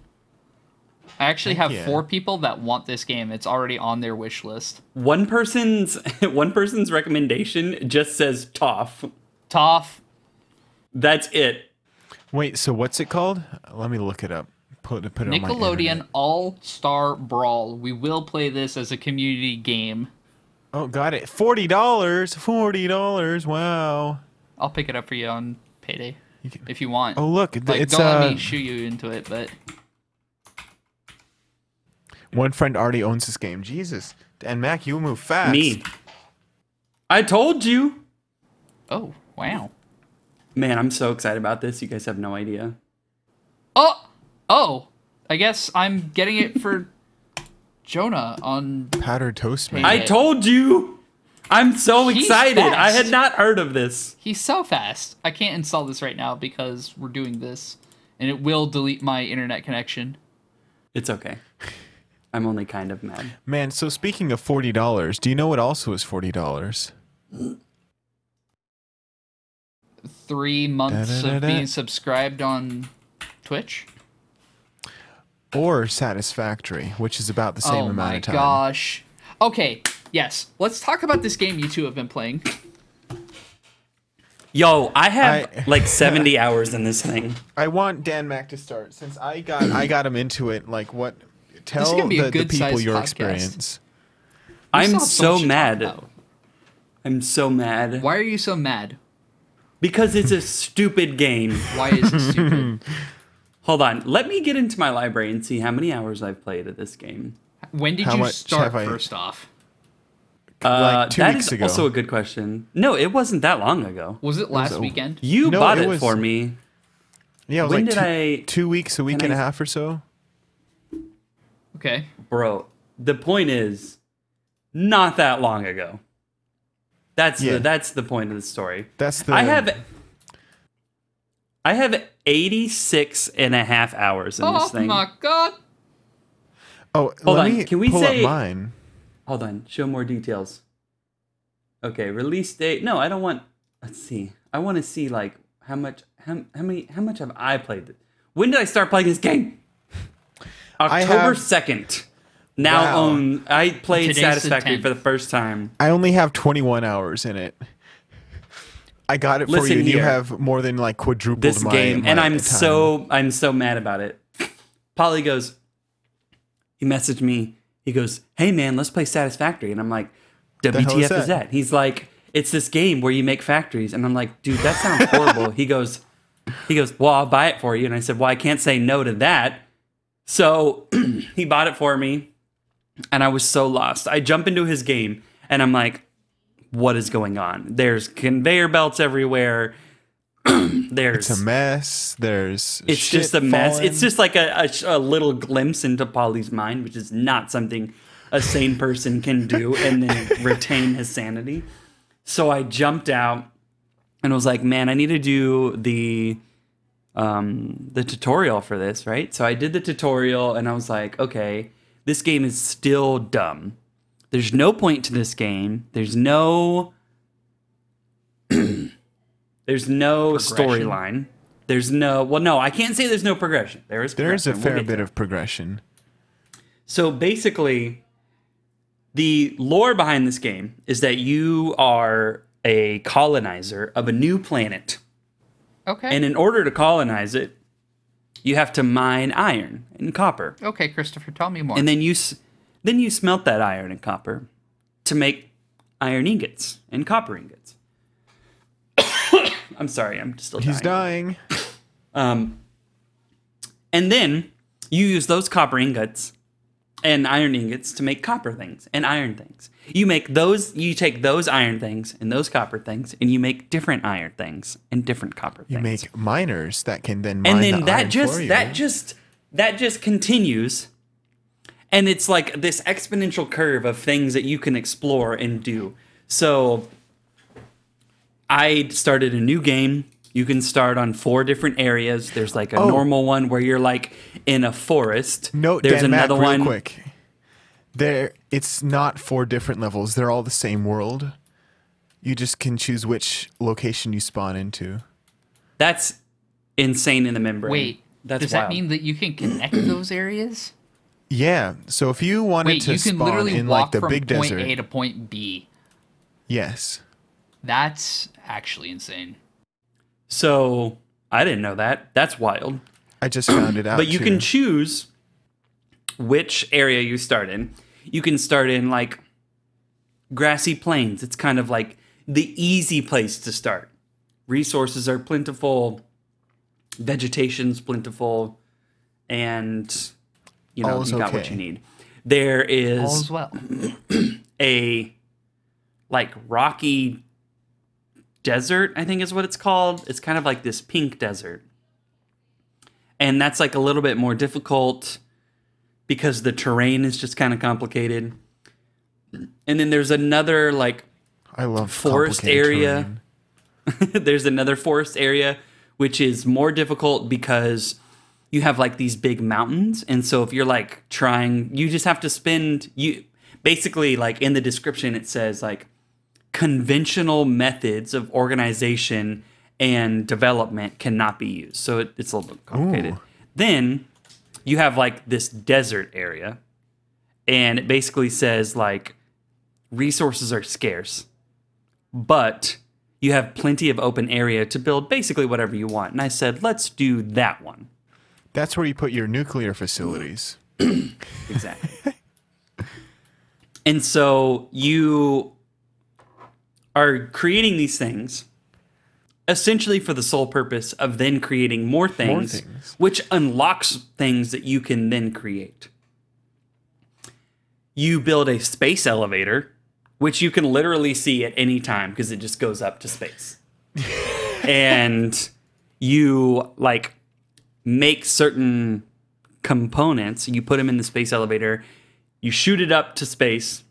A: I actually
C: Heck
A: have
C: yeah.
A: four people that want this game. It's already on their wish list.
B: one person's one person's recommendation just says Toff.
A: Toph,
B: That's it.
C: Wait, so what's it called? Let me look it up. Put put it on my internet.
A: Nickelodeon All Star Brawl. We will play this as a community game.
C: Oh, got it. Forty dollars. Forty dollars. Wow.
A: I'll pick it up for you on payday
C: You can-
A: if you want.
C: Oh, look, th-
A: like,
C: it's
A: don't let
C: uh,
A: me shoot you into it, but
C: one friend already owns this game. Jesus. And Mac, you move fast.
B: Me. I told you.
A: oh wow.
B: Man, I'm so excited about this. You guys have no idea.
A: Oh oh, I guess I'm getting it for Jonah on
C: Powder toast, man.
B: I
A: Yeah.
B: told you. I'm so
A: He's
B: excited. I had
A: fast.
B: not heard of this.
A: He's so fast. I can't install this right now because we're doing this, and it will delete my internet connection.
B: It's okay. I'm only kind of mad.
C: Man, so speaking of forty dollars, do you know what also is forty dollars?
A: Three months of
C: Da-da-da-da.
A: being subscribed on Twitch.
C: Or satisfactory, which is about the same
A: oh
C: amount
A: my
C: of time.
A: gosh. Okay. Yes. Let's talk about this game you two have been playing.
B: Yo, I have
C: I-
B: like 70 hours in this thing.
C: I want Dan Mac to start since I got I got him into it. Like what? Tell
A: gonna be a
C: the, the people
A: good-sized
C: your
A: podcast.
C: experience.
A: We still
B: I'm
A: have much
B: so
A: to talk
B: mad.
A: about.
B: I'm so mad
A: Why are you so mad?
B: because it's a stupid game.
A: Why is it stupid?
B: Hold on. Let me get into my library and see how many hours I've played of this game.
A: When did
C: How
A: you
C: much
A: start?
C: have I-
A: First off,
B: Uh,
C: like two
B: that
C: weeks
B: is
C: ago.
B: also a good question. No, it wasn't that long ago.
A: was it last
C: over.
A: weekend?
B: You
C: No,
B: bought
C: it
B: it,
C: was-
B: for me.
C: yeah, it was
B: when
C: like
B: did
C: two,
B: I-
C: two weeks, a week
B: Can
C: and a
B: I-
C: half or so.
A: Okay.
B: bro the point is not that long ago that's
C: Yeah.
B: the that's the point of the story
C: That's the.
B: i have i have 86 and a half hours in
A: Oh
B: this thing
A: my god.
C: Oh,
B: Hold
C: let
B: on,
C: me
B: can we
C: pull
B: say-
C: up mine.
B: hold on show more details okay release date no i don't want let's see i want to see like how much how, how many how much have i played th- when did i start playing this game
C: have-
B: october 2nd now
C: Wow.
B: own i played
A: Today's the
B: satisfactory
A: 10th.
B: for the first time
C: I only have 21 hours in it. I got it for
B: Listen
C: you. and You
B: here.
C: have more than like quadrupled
B: this
C: my,
B: game
C: my
B: and i'm
C: time.
B: so i'm so mad about it polly goes he messaged me he goes hey man let's play satisfactory and i'm like
C: hell is
B: wtf is
C: that?"
B: that he's like it's this game where you make factories and i'm like dude that sounds horrible he goes he goes well i'll buy it for you and i said well i can't say no to that so he bought it for me and i was so lost i jump into his game and i'm like what is going on there's conveyor belts everywhere There's
C: It's a mess. There's
B: it's
C: shit
B: just a mess.
C: falling.
B: It's just like a, a, sh- a little glimpse into Polly's mind, which is not something a sane person can do and then retain his sanity. So I jumped out and was like, man, I need to do the um, the tutorial for this, right? So I did the tutorial and I was like, okay, this game is still dumb. There's no point to this game. There's no there's no storyline. There's no well, no, I can't say there's no progression. There is
C: there's a
B: progression. We'll
C: fair
B: get
C: bit of progression.
B: so basically, the lore behind this game is that you are a colonizer of a new planet.
A: Okay.
B: And in order to colonize it, you have to mine iron and copper.
A: okay, Christopher, tell me more.
B: And then you s- then you smelt that iron and copper to make iron ingots and copper ingots. I'm sorry, I'm still
C: He's
B: dying.
C: dying.
B: Um, and then you use those copper ingots and iron ingots to make copper things and iron things. You make those, you take those iron things and those copper things, and you make different iron things and different copper
C: You
B: things.
C: make miners that can then mine
B: and then
C: the
B: that
C: iron for
B: just
C: you.
B: that just that just continues, and it's like this exponential curve of things that you can explore and do. So I started a new game. You can start on four different areas. There's like a
C: Oh.
B: normal one where you're like in a forest.
C: no.
B: there's
C: Dan Mack, real quick. There, it's not four different levels. They're all the same world. You just can choose which location you spawn into.
B: that's insane in the membrane.
A: Wait,
B: that's
A: does
B: wild.
A: that mean that you can connect those areas?
C: Yeah. So if you wanted
A: Wait,
C: to
A: you can
C: spawn
A: literally
C: in
A: walk
C: like the
A: from
C: big
A: point
C: desert,
A: A to point B.
C: yes.
A: That's actually insane.
B: so? I didn't know that. That's wild.
C: I just found it out.
B: but you
C: too.
B: can choose which area you start in. You can start in like grassy plains. It's kind of like the easy place to start. Resources are plentiful, vegetation's plentiful, and you know,
C: All's
B: you got what
C: okay.
B: you need. There is
A: All as well.
B: a like rocky desert, I think is what it's called. It's kind of like this pink desert. And that's like a little bit more difficult because the terrain is just kind of complicated. And then there's another like
C: I love
B: forest
C: complicated
B: area.
C: terrain.
B: there's another forest area which is more difficult because you have like these big mountains and so if you're like trying you just have to spend you basically like in the description it says like conventional methods of organization and development cannot be used so it, it's a little bit complicated
C: Ooh.
B: then you have like this desert area and it basically says like resources are scarce but you have plenty of open area to build basically whatever you want. And I said, let's do that one.
C: That's where you put your nuclear facilities.
B: Exactly. and so you are creating these things essentially for the sole purpose of then creating more things,
C: things.
B: which unlocks things that you can then create. You build a space elevator, which you can literally see at any time because it just goes up to space. and you like make certain components. You put them in the space elevator, you shoot it up to space,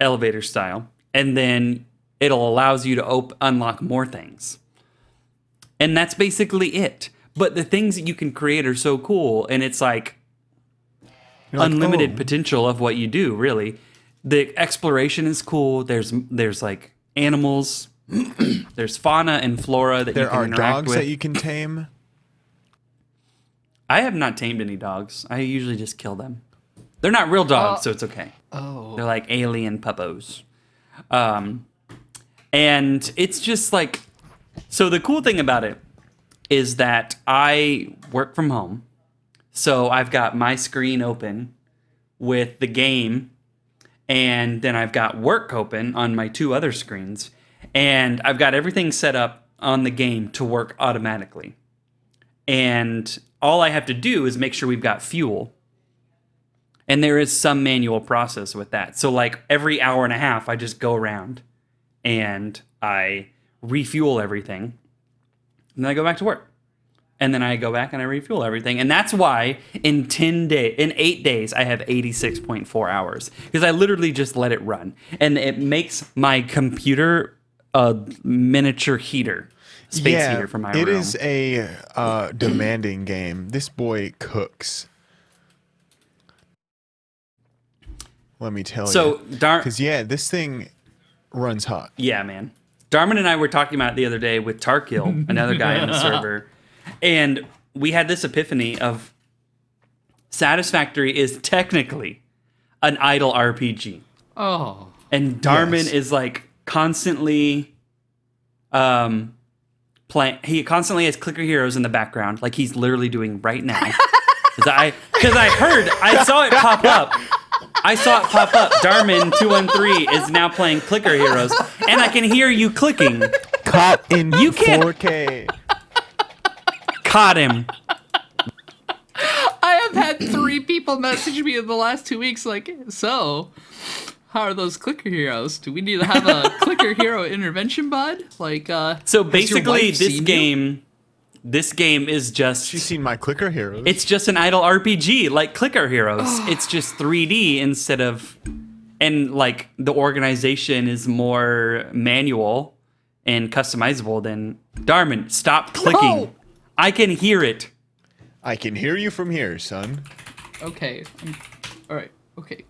B: elevator style, and then it'll allows you to op- unlock more things. And that's basically it. But the things that you can create are so cool, and it's like
C: You're like,
B: unlimited
C: "Oh,
B: potential of what you do. Really, the exploration is cool. There's there's like animals. there's fauna and flora that you
C: there
B: can
C: are
B: interact
C: dogs
B: with.
C: that you can tame.
B: I have not tamed any dogs. I usually just kill them. They're not real dogs, so it's okay.
A: Oh.
B: They're like alien puppos. Um, and it's just like, so the cool thing about it is that I work from home. So I've got my screen open with the game, and then I've got work open on my two other screens. And I've got everything set up on the game to work automatically. And all I have to do is make sure we've got fuel and there is some manual process with that. So like every hour and a half, I just go around and I refuel everything. and then I go back to work. And then I go back and I refuel everything. And that's why in 10 day in 8 days I have 86.4 hours because I literally just let it run. And it makes my computer a miniature heater. Space heater for my
C: It
B: room.
C: is a uh, demanding game. This boy cooks. Let me tell
B: so
C: you.
B: darn
C: Because yeah, this thing runs hot.
B: Yeah, man. Darman and I were talking about it the other day with Tarkil, another guy on the server, and we had this epiphany of Satisfactory is technically an idle RPG,
A: Oh.
B: and Darman
C: Yes.
B: is like constantly, um, playing. He constantly has clicker heroes in the background, like he's literally doing right now. Because I, because I heard, I saw it pop up. I saw it pop up. Darman two one three is now playing clicker heroes, and I can hear you clicking.
C: Caught in you
B: can't-
C: 4K.
B: Caught him.
A: I have had three people message me in the last two weeks, like, so, how are those clicker heroes? Do we need to have a clicker hero intervention, bud? Like, uh,
B: So
A: has your
B: basically,
A: wife seen
B: this
A: you?
B: game, this game is just
C: She's seen my clicker heroes.
B: it's just an idle RPG like Clicker Heroes. it's just 3D instead of, and like the organization is more manual and customizable than Darman. Stop clicking.
A: No.
B: I can hear it.
C: I can hear you from here, son.
A: Okay. I'm- all right. Okay.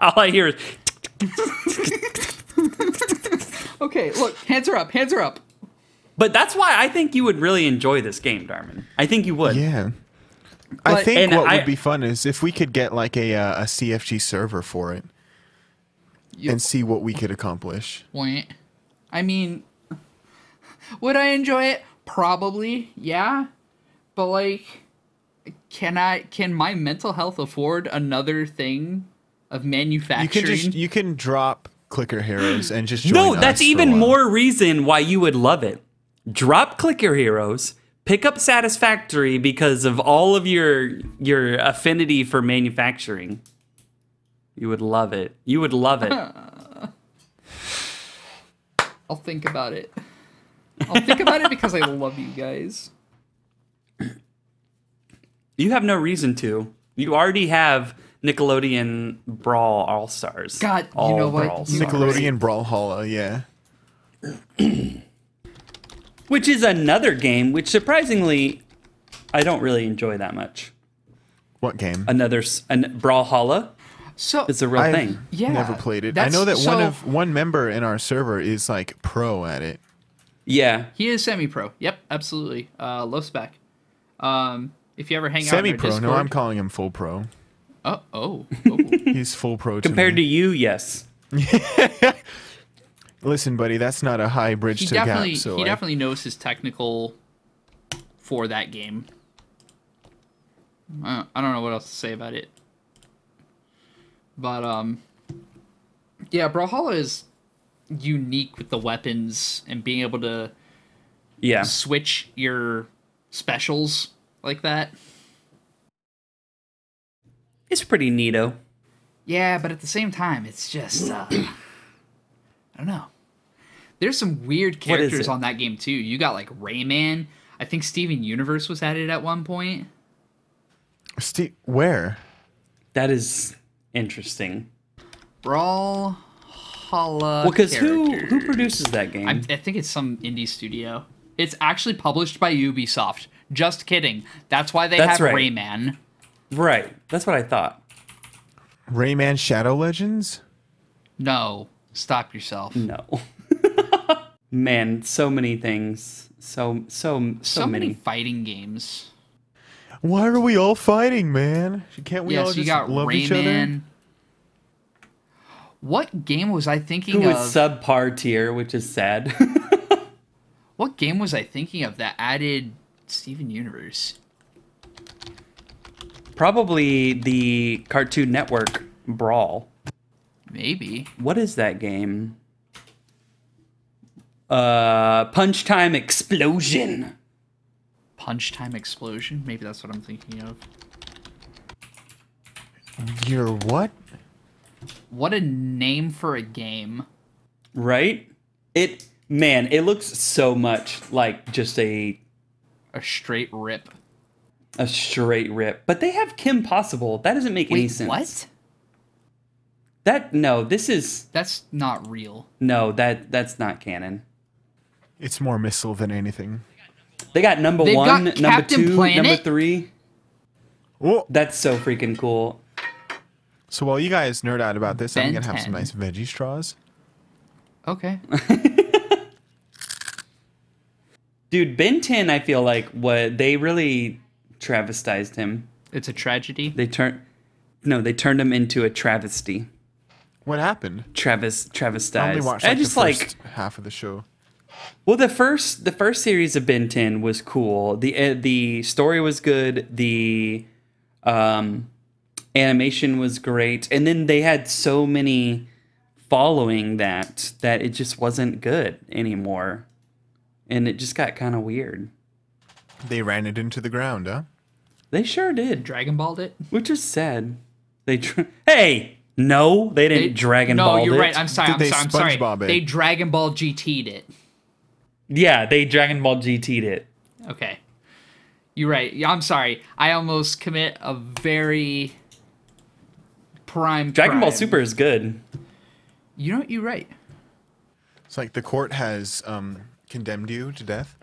B: All I hear is
A: Okay, look, hands are up, hands are up.
B: But that's why I think you would really enjoy this game, Darman. I think you would.
C: Yeah. I
A: But-
C: think
B: and
C: what
B: I-
C: would be fun is if we could get like a uh, a CFG server for it
A: You-
C: and see what we could accomplish.
A: Wait. I mean, would I enjoy it? Probably, yeah. But like, can I? Can my mental health afford another thing of manufacturing?
C: You can just you can drop clicker heroes and just join
B: No,
C: us
B: that's
C: for a
B: even
C: while.
B: more reason why you would love it. Drop Clicker Heroes, pick up Satisfactory because of all of your your affinity for manufacturing. You would love it. You would love it.
A: I'll think about it. I'll think about it because I love you guys.
B: you have no reason to. You already have Nickelodeon Brawl All Stars.
A: God, you know what? You-
C: Nickelodeon Brawlhalla, yeah.
B: Which is another game which surprisingly I don't really enjoy that much.
C: What game?
B: Another s- an, Brawlhalla
A: So
B: is a real
C: I've
B: thing.
A: Yeah,
C: never played it. I
A: that's-
C: know that one
A: so-
C: of one member in our server is like pro at it.
B: Yeah.
A: he is semi-pro. Yep, absolutely. Uh, loves back. Um, if you ever hang out in
C: Semi
A: our
C: pro.
A: Discord,
C: No, I'm calling him full pro.
A: Oh, oh, oh.
C: He's full pro
A: Hmm.
B: Compared
C: me.
B: to you, yes.
C: Listen, buddy, that's not a high bridge
A: he
C: to the gap.
A: definitely
C: So
A: he
C: I-
A: definitely knows his technical for that game. I I don't know what else to say about it, but um, yeah, Brawlhalla is unique with the weapons and being able to
B: Yeah.
A: switch your specials like that.
B: It's pretty neato.
A: Yeah, but at the same time, it's just uh, I don't know. There's some weird
B: What is
A: characters
B: it?
A: on that game too. You got like Rayman. I think Steven Universe was added at one point.
C: Ste- where?
B: That is interesting.
A: Brawl Halla.
B: Well, because who who
A: characters.
B: produces that game?
A: I, I think it's some indie studio. It's actually published by Ubisoft. Just kidding. That's why they
B: That's
A: have
B: right.
A: Rayman.
B: right. That's what I thought.
C: Rayman Shadow Legends?
A: No, stop yourself.
B: No. Man, so many things. So so so,
A: so
B: many.
A: many fighting games.
C: Why are we all fighting, man? Can't we
A: yes,
C: all
A: you
C: just
A: got
C: love
A: Rayman.
C: each other?
A: What game was I thinking
B: Who
A: of?
B: is subpar tier, which is sad.
A: what game was I thinking of that added Steven Universe?
B: Probably the Cartoon Network Brawl.
A: Maybe.
B: What is that game? Uh, Punch Time Explosion.
A: Punch Time Explosion? Maybe that's what I'm thinking of.
C: You're what?
A: What a name for a game.
B: Right? It man, it looks so much like just a
A: A straight rip.
B: a straight rip. But they have Kim Possible. That doesn't make any
A: Wait,
B: sense.
A: what?
B: That no, this is
A: That's not real.
B: no, that that's not canon.
C: It's more missile than anything.
B: They got number
A: They've got
B: one, number
A: Captain
B: two, number
A: Planet?
B: three.
C: Whoa.
B: That's so freaking cool.
C: Oh, So while you guys nerd out about this, I'm
A: Ben
C: gonna have
A: 10.
C: some nice veggie straws.
A: Okay.
B: Dude, Ben 10, I feel like what they really travestized him.
A: it's a tragedy.
B: They turned no, they turned him into a travesty.
C: What happened?
B: Travis travestized.
C: I only watched
B: I
C: like,
B: just
C: the
B: like
C: first half of the show.
B: Well, the first the first series of Ben 10 was cool. The uh, the story was good. The um, animation was great, and then they had so many following that that it just wasn't good anymore, and it just got kind of weird.
C: They ran it into the ground, huh?
B: They sure did,
A: Dragon Balled it.
B: which is sad. They tr- hey no, they didn't
A: They-
B: Dragon
A: no,
B: Ball.
A: you're
B: it.
A: right. I'm sorry.
C: Did
A: I'm
C: they
A: sorry. I'm sorry.
C: SpongeBob it?
A: They Dragon Ball GT'd it.
B: yeah, they Dragon Ball GT'd it.
A: Okay. You're right. Yeah, I'm sorry. I almost commit a very prime.
B: Dragon Ball
A: crime.
B: Super is good.
A: You know what? You're right.
C: It's like the court has um, condemned you to death.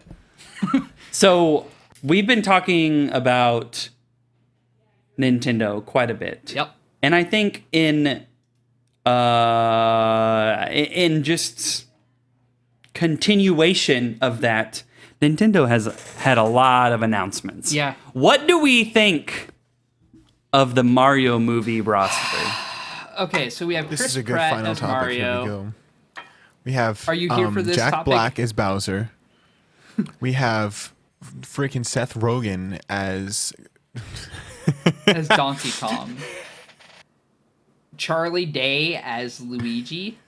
B: So we've been talking about Nintendo quite a bit.
A: Yep.
B: And I think in uh i- in just continuation of that, Nintendo has had a lot of announcements.
A: Yeah.
B: What do we think of the Mario movie roster?
A: Okay, so we have
C: This
A: Chris
C: is a good
A: Pratt
C: final
A: as
C: topic. Here
A: Mario.
C: we go. We have. um,
A: Are you here for this
C: Jack
A: topic?
C: Black as Bowser. we have freaking Seth Rogen as
A: as Donkey Kong. Charlie Day as Luigi.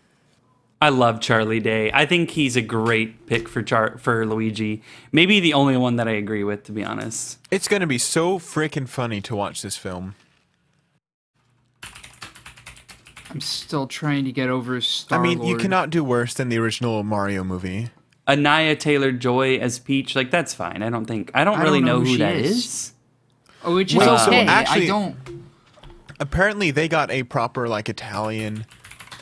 B: I love Charlie Day. I think he's a great pick for Char- for Luigi. Maybe the only one that I agree with, to be honest.
C: It's gonna be so freaking funny to watch this film.
A: I'm still trying to get over Star
C: I mean, you cannot do worse than the original Mario movie.
B: Anaya Taylor Joy as Peach, like that's fine. I don't think I don't
A: I
B: really
A: don't
B: know, who,
A: she
B: that is.
A: is. Oh, which is
C: Wait,
B: so
A: okay.
C: actually-
A: I don't.
C: Apparently, they got a proper like Italian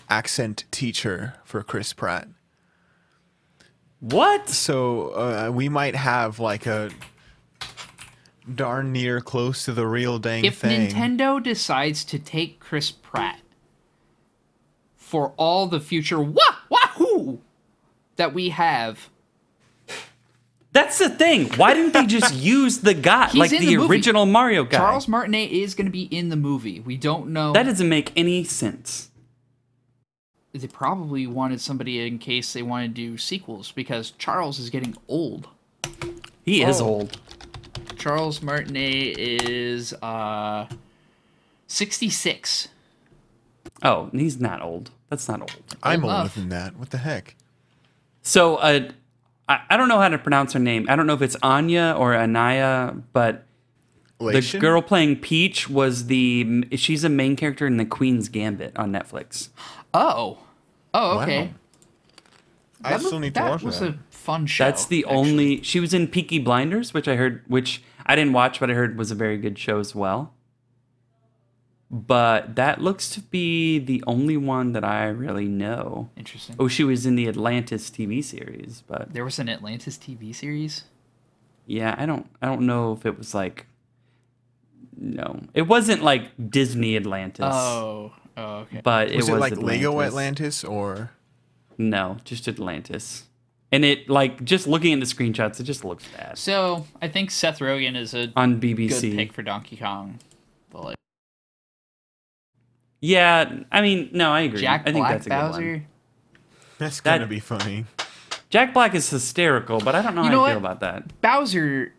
C: accent teacher for Chris Pratt.
B: What?
C: So uh, we might have like a darn near close to the real dang
A: If
C: thing.
A: Nintendo decides to take Chris Pratt for all the future wah wahoo that we have,
B: That's the thing. Why didn't they just use the guy, like the,
A: in the movie.
B: original Mario guy?
A: Charles Martinet is going to be in the movie. We don't know.
B: that doesn't make any sense.
A: they probably wanted somebody in case they want to do sequels because Charles is getting old.
B: He is
C: Oh.
B: old.
A: Charles Martinet is uh 66.
B: Oh, he's not old. That's not old.
C: I'm
A: Enough.
C: older than that. What the heck?
B: So, uh, I, I don't know how to pronounce her name. I don't know if it's Anya or Anaya, but the
C: Lation?
B: girl playing Peach was the. She's a main character in The Queen's Gambit on Netflix.
A: Oh. Oh, okay.
C: Wow. I
A: That
C: still
A: was-
C: need to watch
A: was
C: that.
A: a fun show.
B: That's the
A: actually.
B: only. She was in Peaky Blinders, which I heard, which I didn't watch, but I heard was a very good show as well. But that looks to be the only one that I really know.
A: Interesting.
B: Oh, she was in the Atlantis TV series, but
A: There was an Atlantis TV series?
B: yeah, I don't, I don't know if it was like. No, it wasn't like Disney Atlantis,
A: Oh. Oh, okay.
B: but
C: was
B: it
C: it,
B: was
C: like Lego
B: Atlantis.
C: Atlantis or?
B: No, just Atlantis, and it like just looking at the screenshots, it just looks bad
A: So, I think Seth Rogen is a
B: on
A: good
B: BBC.
A: pick for Donkey Kong. But like
B: Yeah, I mean, no, I agree.
A: Jack
B: I think
A: Black
B: that's a
A: Bowser.
B: good one.
C: That's
B: That-
C: gonna be funny.
B: Jack Black is hysterical, but I don't know
A: You
B: how
A: know
B: I feel
A: what?
B: about that.
A: Bowser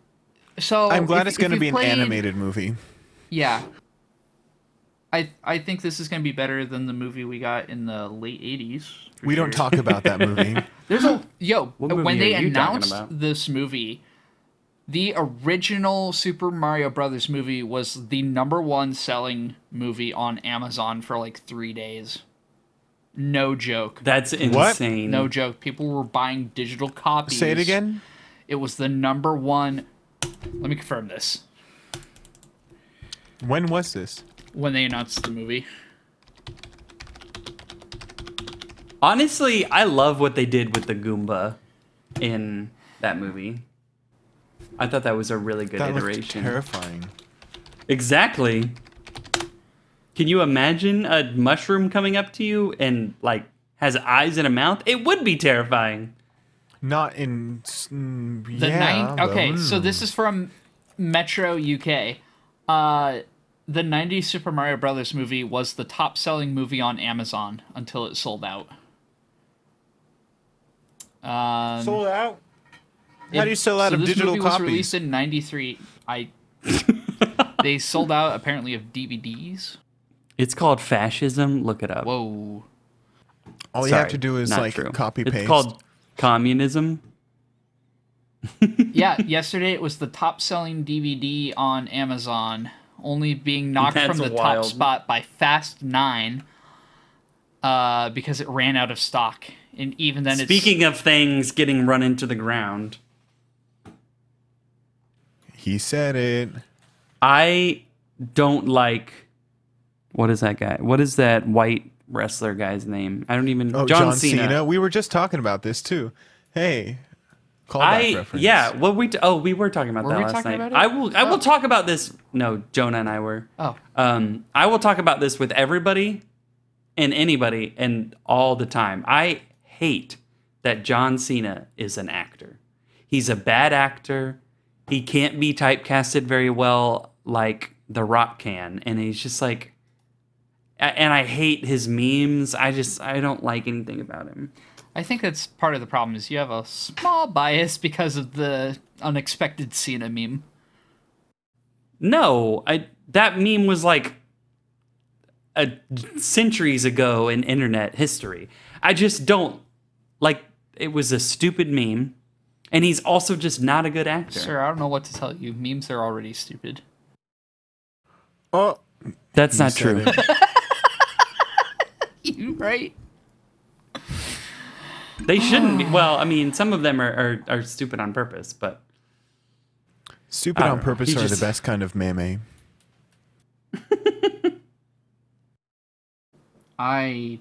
A: so
C: I'm glad
A: if-
C: it's
A: if
C: gonna
A: you
C: be an
A: played-
C: animated movie.
A: Yeah. I I think this is going to be better than the movie we got in the late 80s. for
C: We don't
A: sure.
C: talk about that movie.
A: There's a yo
B: What movie
A: when they
B: are you talking
A: announced
B: about?
A: this movie, the original Super Mario Brothers movie was the number one selling movie on Amazon for like three days. No joke.
B: That's insane.
A: No joke. People were buying digital copies.
C: Say it again.
A: It was the number one. Let me confirm this.
C: When was this?
A: When they announced the movie,
B: Honestly, I love what they did with the Goomba in that movie. I thought that was a really good
C: That was
B: iteration.
C: terrifying.
B: exactly. Can you imagine a mushroom coming up to you and like has eyes and a mouth? It would be terrifying.
C: Not in. s- mm,
A: the
C: yeah, Hmm.
A: nine. Okay,
C: but-
A: so this is from Metro UK. Uh, the '90s Super Mario Brothers movie was the top-selling movie on Amazon until it sold out. Um,
C: Sold out. How do you sell out
A: so
C: of
A: this
C: digital
A: movie
C: copies?
A: was released in 93 i they sold out apparently of dvds
B: It's called fascism. Look it up.
A: whoa
C: All you have to do is like copy paste.
B: It's called communism.
A: yeah yesterday it was the top selling dvd on amazon only being knocked
B: That's
A: from the
B: wild.
A: top spot by fast nine uh, because it ran out of stock and even then it's
B: Speaking of things getting run into the ground,
C: He said it.
B: I don't like. What is that guy? What is that white wrestler guy's name? I don't even.
C: Oh,
B: John, Cena.
C: We were just talking about this too. Hey, callback
B: I
C: reference.
B: yeah. Well, we oh we were talking about
A: Were
B: that
A: we
B: last
A: talking
B: night.
A: about it?
B: I will I will talk about this. No, Jonah and I were.
A: oh
B: Um, I will talk about this with everybody and anybody and all the time. I hate that John Cena is an actor. He's a bad actor. He can't be typecasted very well like The Rock can. And he's just like, a- and I hate his memes. I just, I don't like anything about him.
A: i think that's part of the problem is you have a small bias because of the unexpected cena meme
B: No, I, that meme was like a centuries ago in internet history. I just don't like it was a stupid meme and he's also just not a good actor.
A: sir i don't know what to tell you memes are already stupid
C: Oh,
B: That's not
C: said
B: true.
C: it.
A: you right
B: they shouldn't be. Well, I mean, some of them are, are, are stupid on purpose, but
C: Stupid
B: I don't
C: on
B: know.
C: purpose
B: He
C: are
B: just-
C: the best kind of meme. eh?
A: I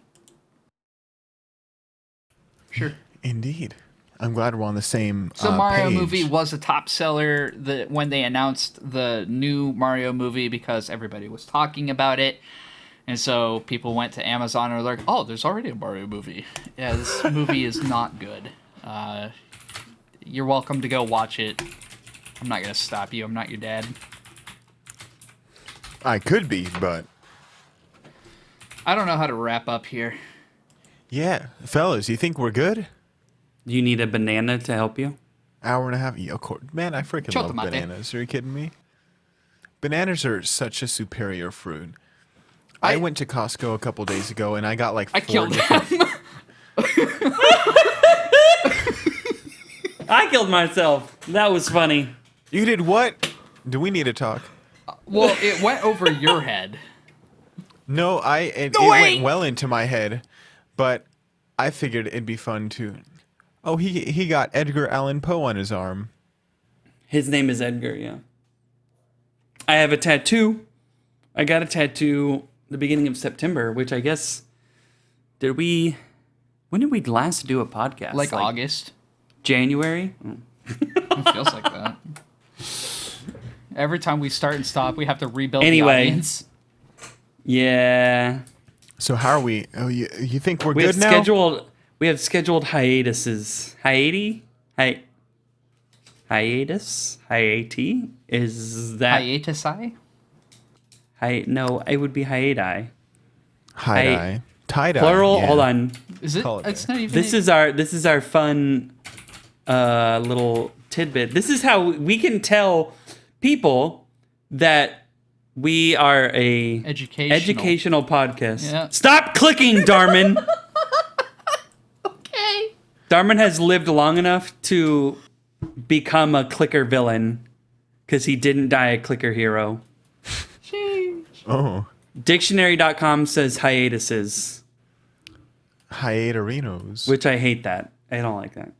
A: sure.
C: Indeed. I'm glad we're on the same.
A: So
C: uh,
A: Mario
C: page.
A: movie was a top seller the, when they announced the new Mario movie because everybody was talking about it, and so people went to Amazon and were like, "Oh, there's already a Mario movie. Yeah, this movie is not good. Uh, you're welcome to go watch it. I'm not gonna stop you. I'm not your dad.
C: I could be, but
A: I don't know how to wrap up here.
C: yeah, fellas, you think we're good?
B: you need a banana to help you?
C: Hour and a half. Yeah, of course. Man, I freaking
A: Chocolate
C: love
A: mate.
C: bananas. Are you kidding me? Bananas are such a superior fruit. I,
A: I-
C: went to Costco a couple days ago and I got like
A: I
C: four
A: killed
C: different-
A: him.
B: I killed myself. That was funny.
C: You did what? Do we need to talk?
A: well, it went over your head.
C: No, I it,
A: No
C: it
A: way!
C: went well into my head, but I figured it'd be fun to. Oh, he he got Edgar Allan Poe on his arm.
B: His name is Edgar, yeah. I have a tattoo. I got a tattoo the beginning of September, which I guess did we when did we last do a podcast?
A: Like, August.
B: January? Mm.
A: It feels like that. Every time we start and stop, we have to rebuild
B: Anyway.
A: the audience.
B: Yeah.
C: So how are we? Oh, you you think we're
B: We
C: good
B: have
C: now?
B: scheduled we have scheduled hiatuses. Hiati? Hi hiatus? Hiati? Is that hi-
A: Hiatus I?
B: no, it would be hiati.
C: Tie dye, tie dye.
B: Plural, hold on.
A: Is it?
C: Call it
A: it's
C: there.
A: not even.
B: this is our this is our fun uh little tidbit this is how we can tell people that we are a
A: educational.
B: educational podcast
A: Yeah.
B: stop clicking darman
A: Okay.
B: darman has lived long enough to become a clicker villain because he didn't die a clicker hero
A: Jeez.
C: Oh,
B: dictionary.com says hiatuses
C: hiatorinos.
B: which I hate that. I don't like that.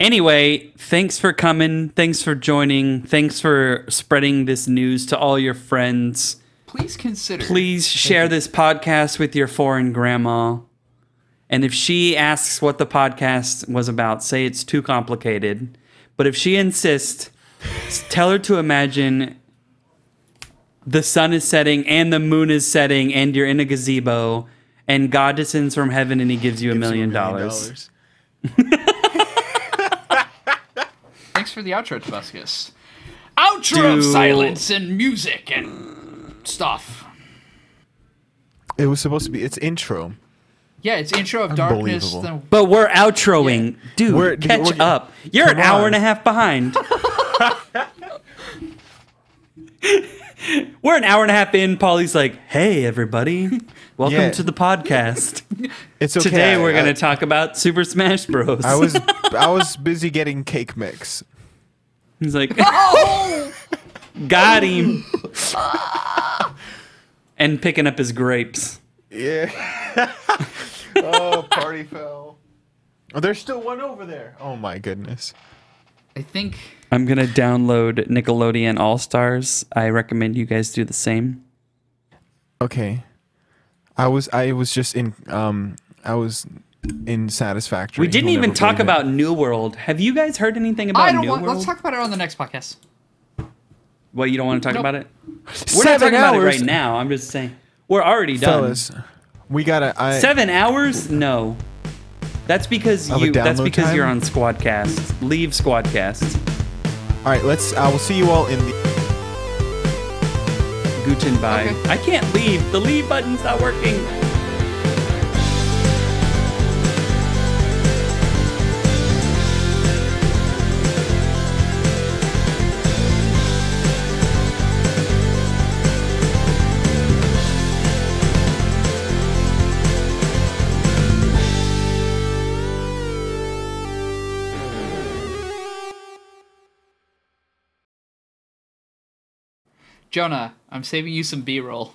B: Anyway, thanks for coming. Thanks for joining. Thanks for spreading this news to all your friends.
A: Please consider.
B: Please share this podcast with your foreign grandma. And if she asks what the podcast was about, say it's too complicated. But if she insists, s- tell her to imagine the sun is setting and the moon is setting and you're in a gazebo and God descends from heaven and he gives you a million dollars.
A: Thanks for the outro, Tobuscus. Outro of
B: Do-
A: silence and music and stuff.
C: It was supposed to be. It's intro.
A: Yeah, it's intro of darkness.
C: Unbelievable.
A: Then
B: But we're outroing. Dude,
C: We're-
B: catch
C: we're-
B: up. You're an
C: come
B: hour
C: on.
B: and a half behind. we're an hour and a half in. Polly's like, hey, everybody. Welcome
C: Yeah.
B: to the podcast.
C: It's okay.
B: Today,
C: I-
B: we're going
C: I-
B: to talk about Super Smash Bros.
C: I was I was busy getting cake mix.
B: He's like,
A: oh,
B: got him. and picking up his grapes.
C: Yeah. oh, party fell. Oh, there's still one over there. Oh my goodness.
A: I think
B: I'm going to download Nickelodeon All Stars. I recommend you guys do the same.
C: Okay. I was I was just in um I was in satisfactory.
B: We didn't
C: You'll
B: even
C: never
B: talk
C: believe it.
B: about New World. Have you guys heard anything about
A: I don't
B: New
A: want.
B: World?
A: Let's talk about it on the next podcast.
B: Well, you don't want to talk
A: Nope.
B: about it. We're not
C: Seven
B: talking about it
C: hours,
B: right now. I'm just saying we're already done.
C: fellas. We gotta. I,
B: Seven hours? No. That's because
C: Of a
B: you. That's
C: download
B: because
C: time?
B: you're on Squadcast. Leave Squadcast.
C: All right, let's. I will see you all in the.
B: Guten bye.
A: Okay.
B: I can't leave. The leave button's not working.
A: Jonah, I'm saving you some B-roll.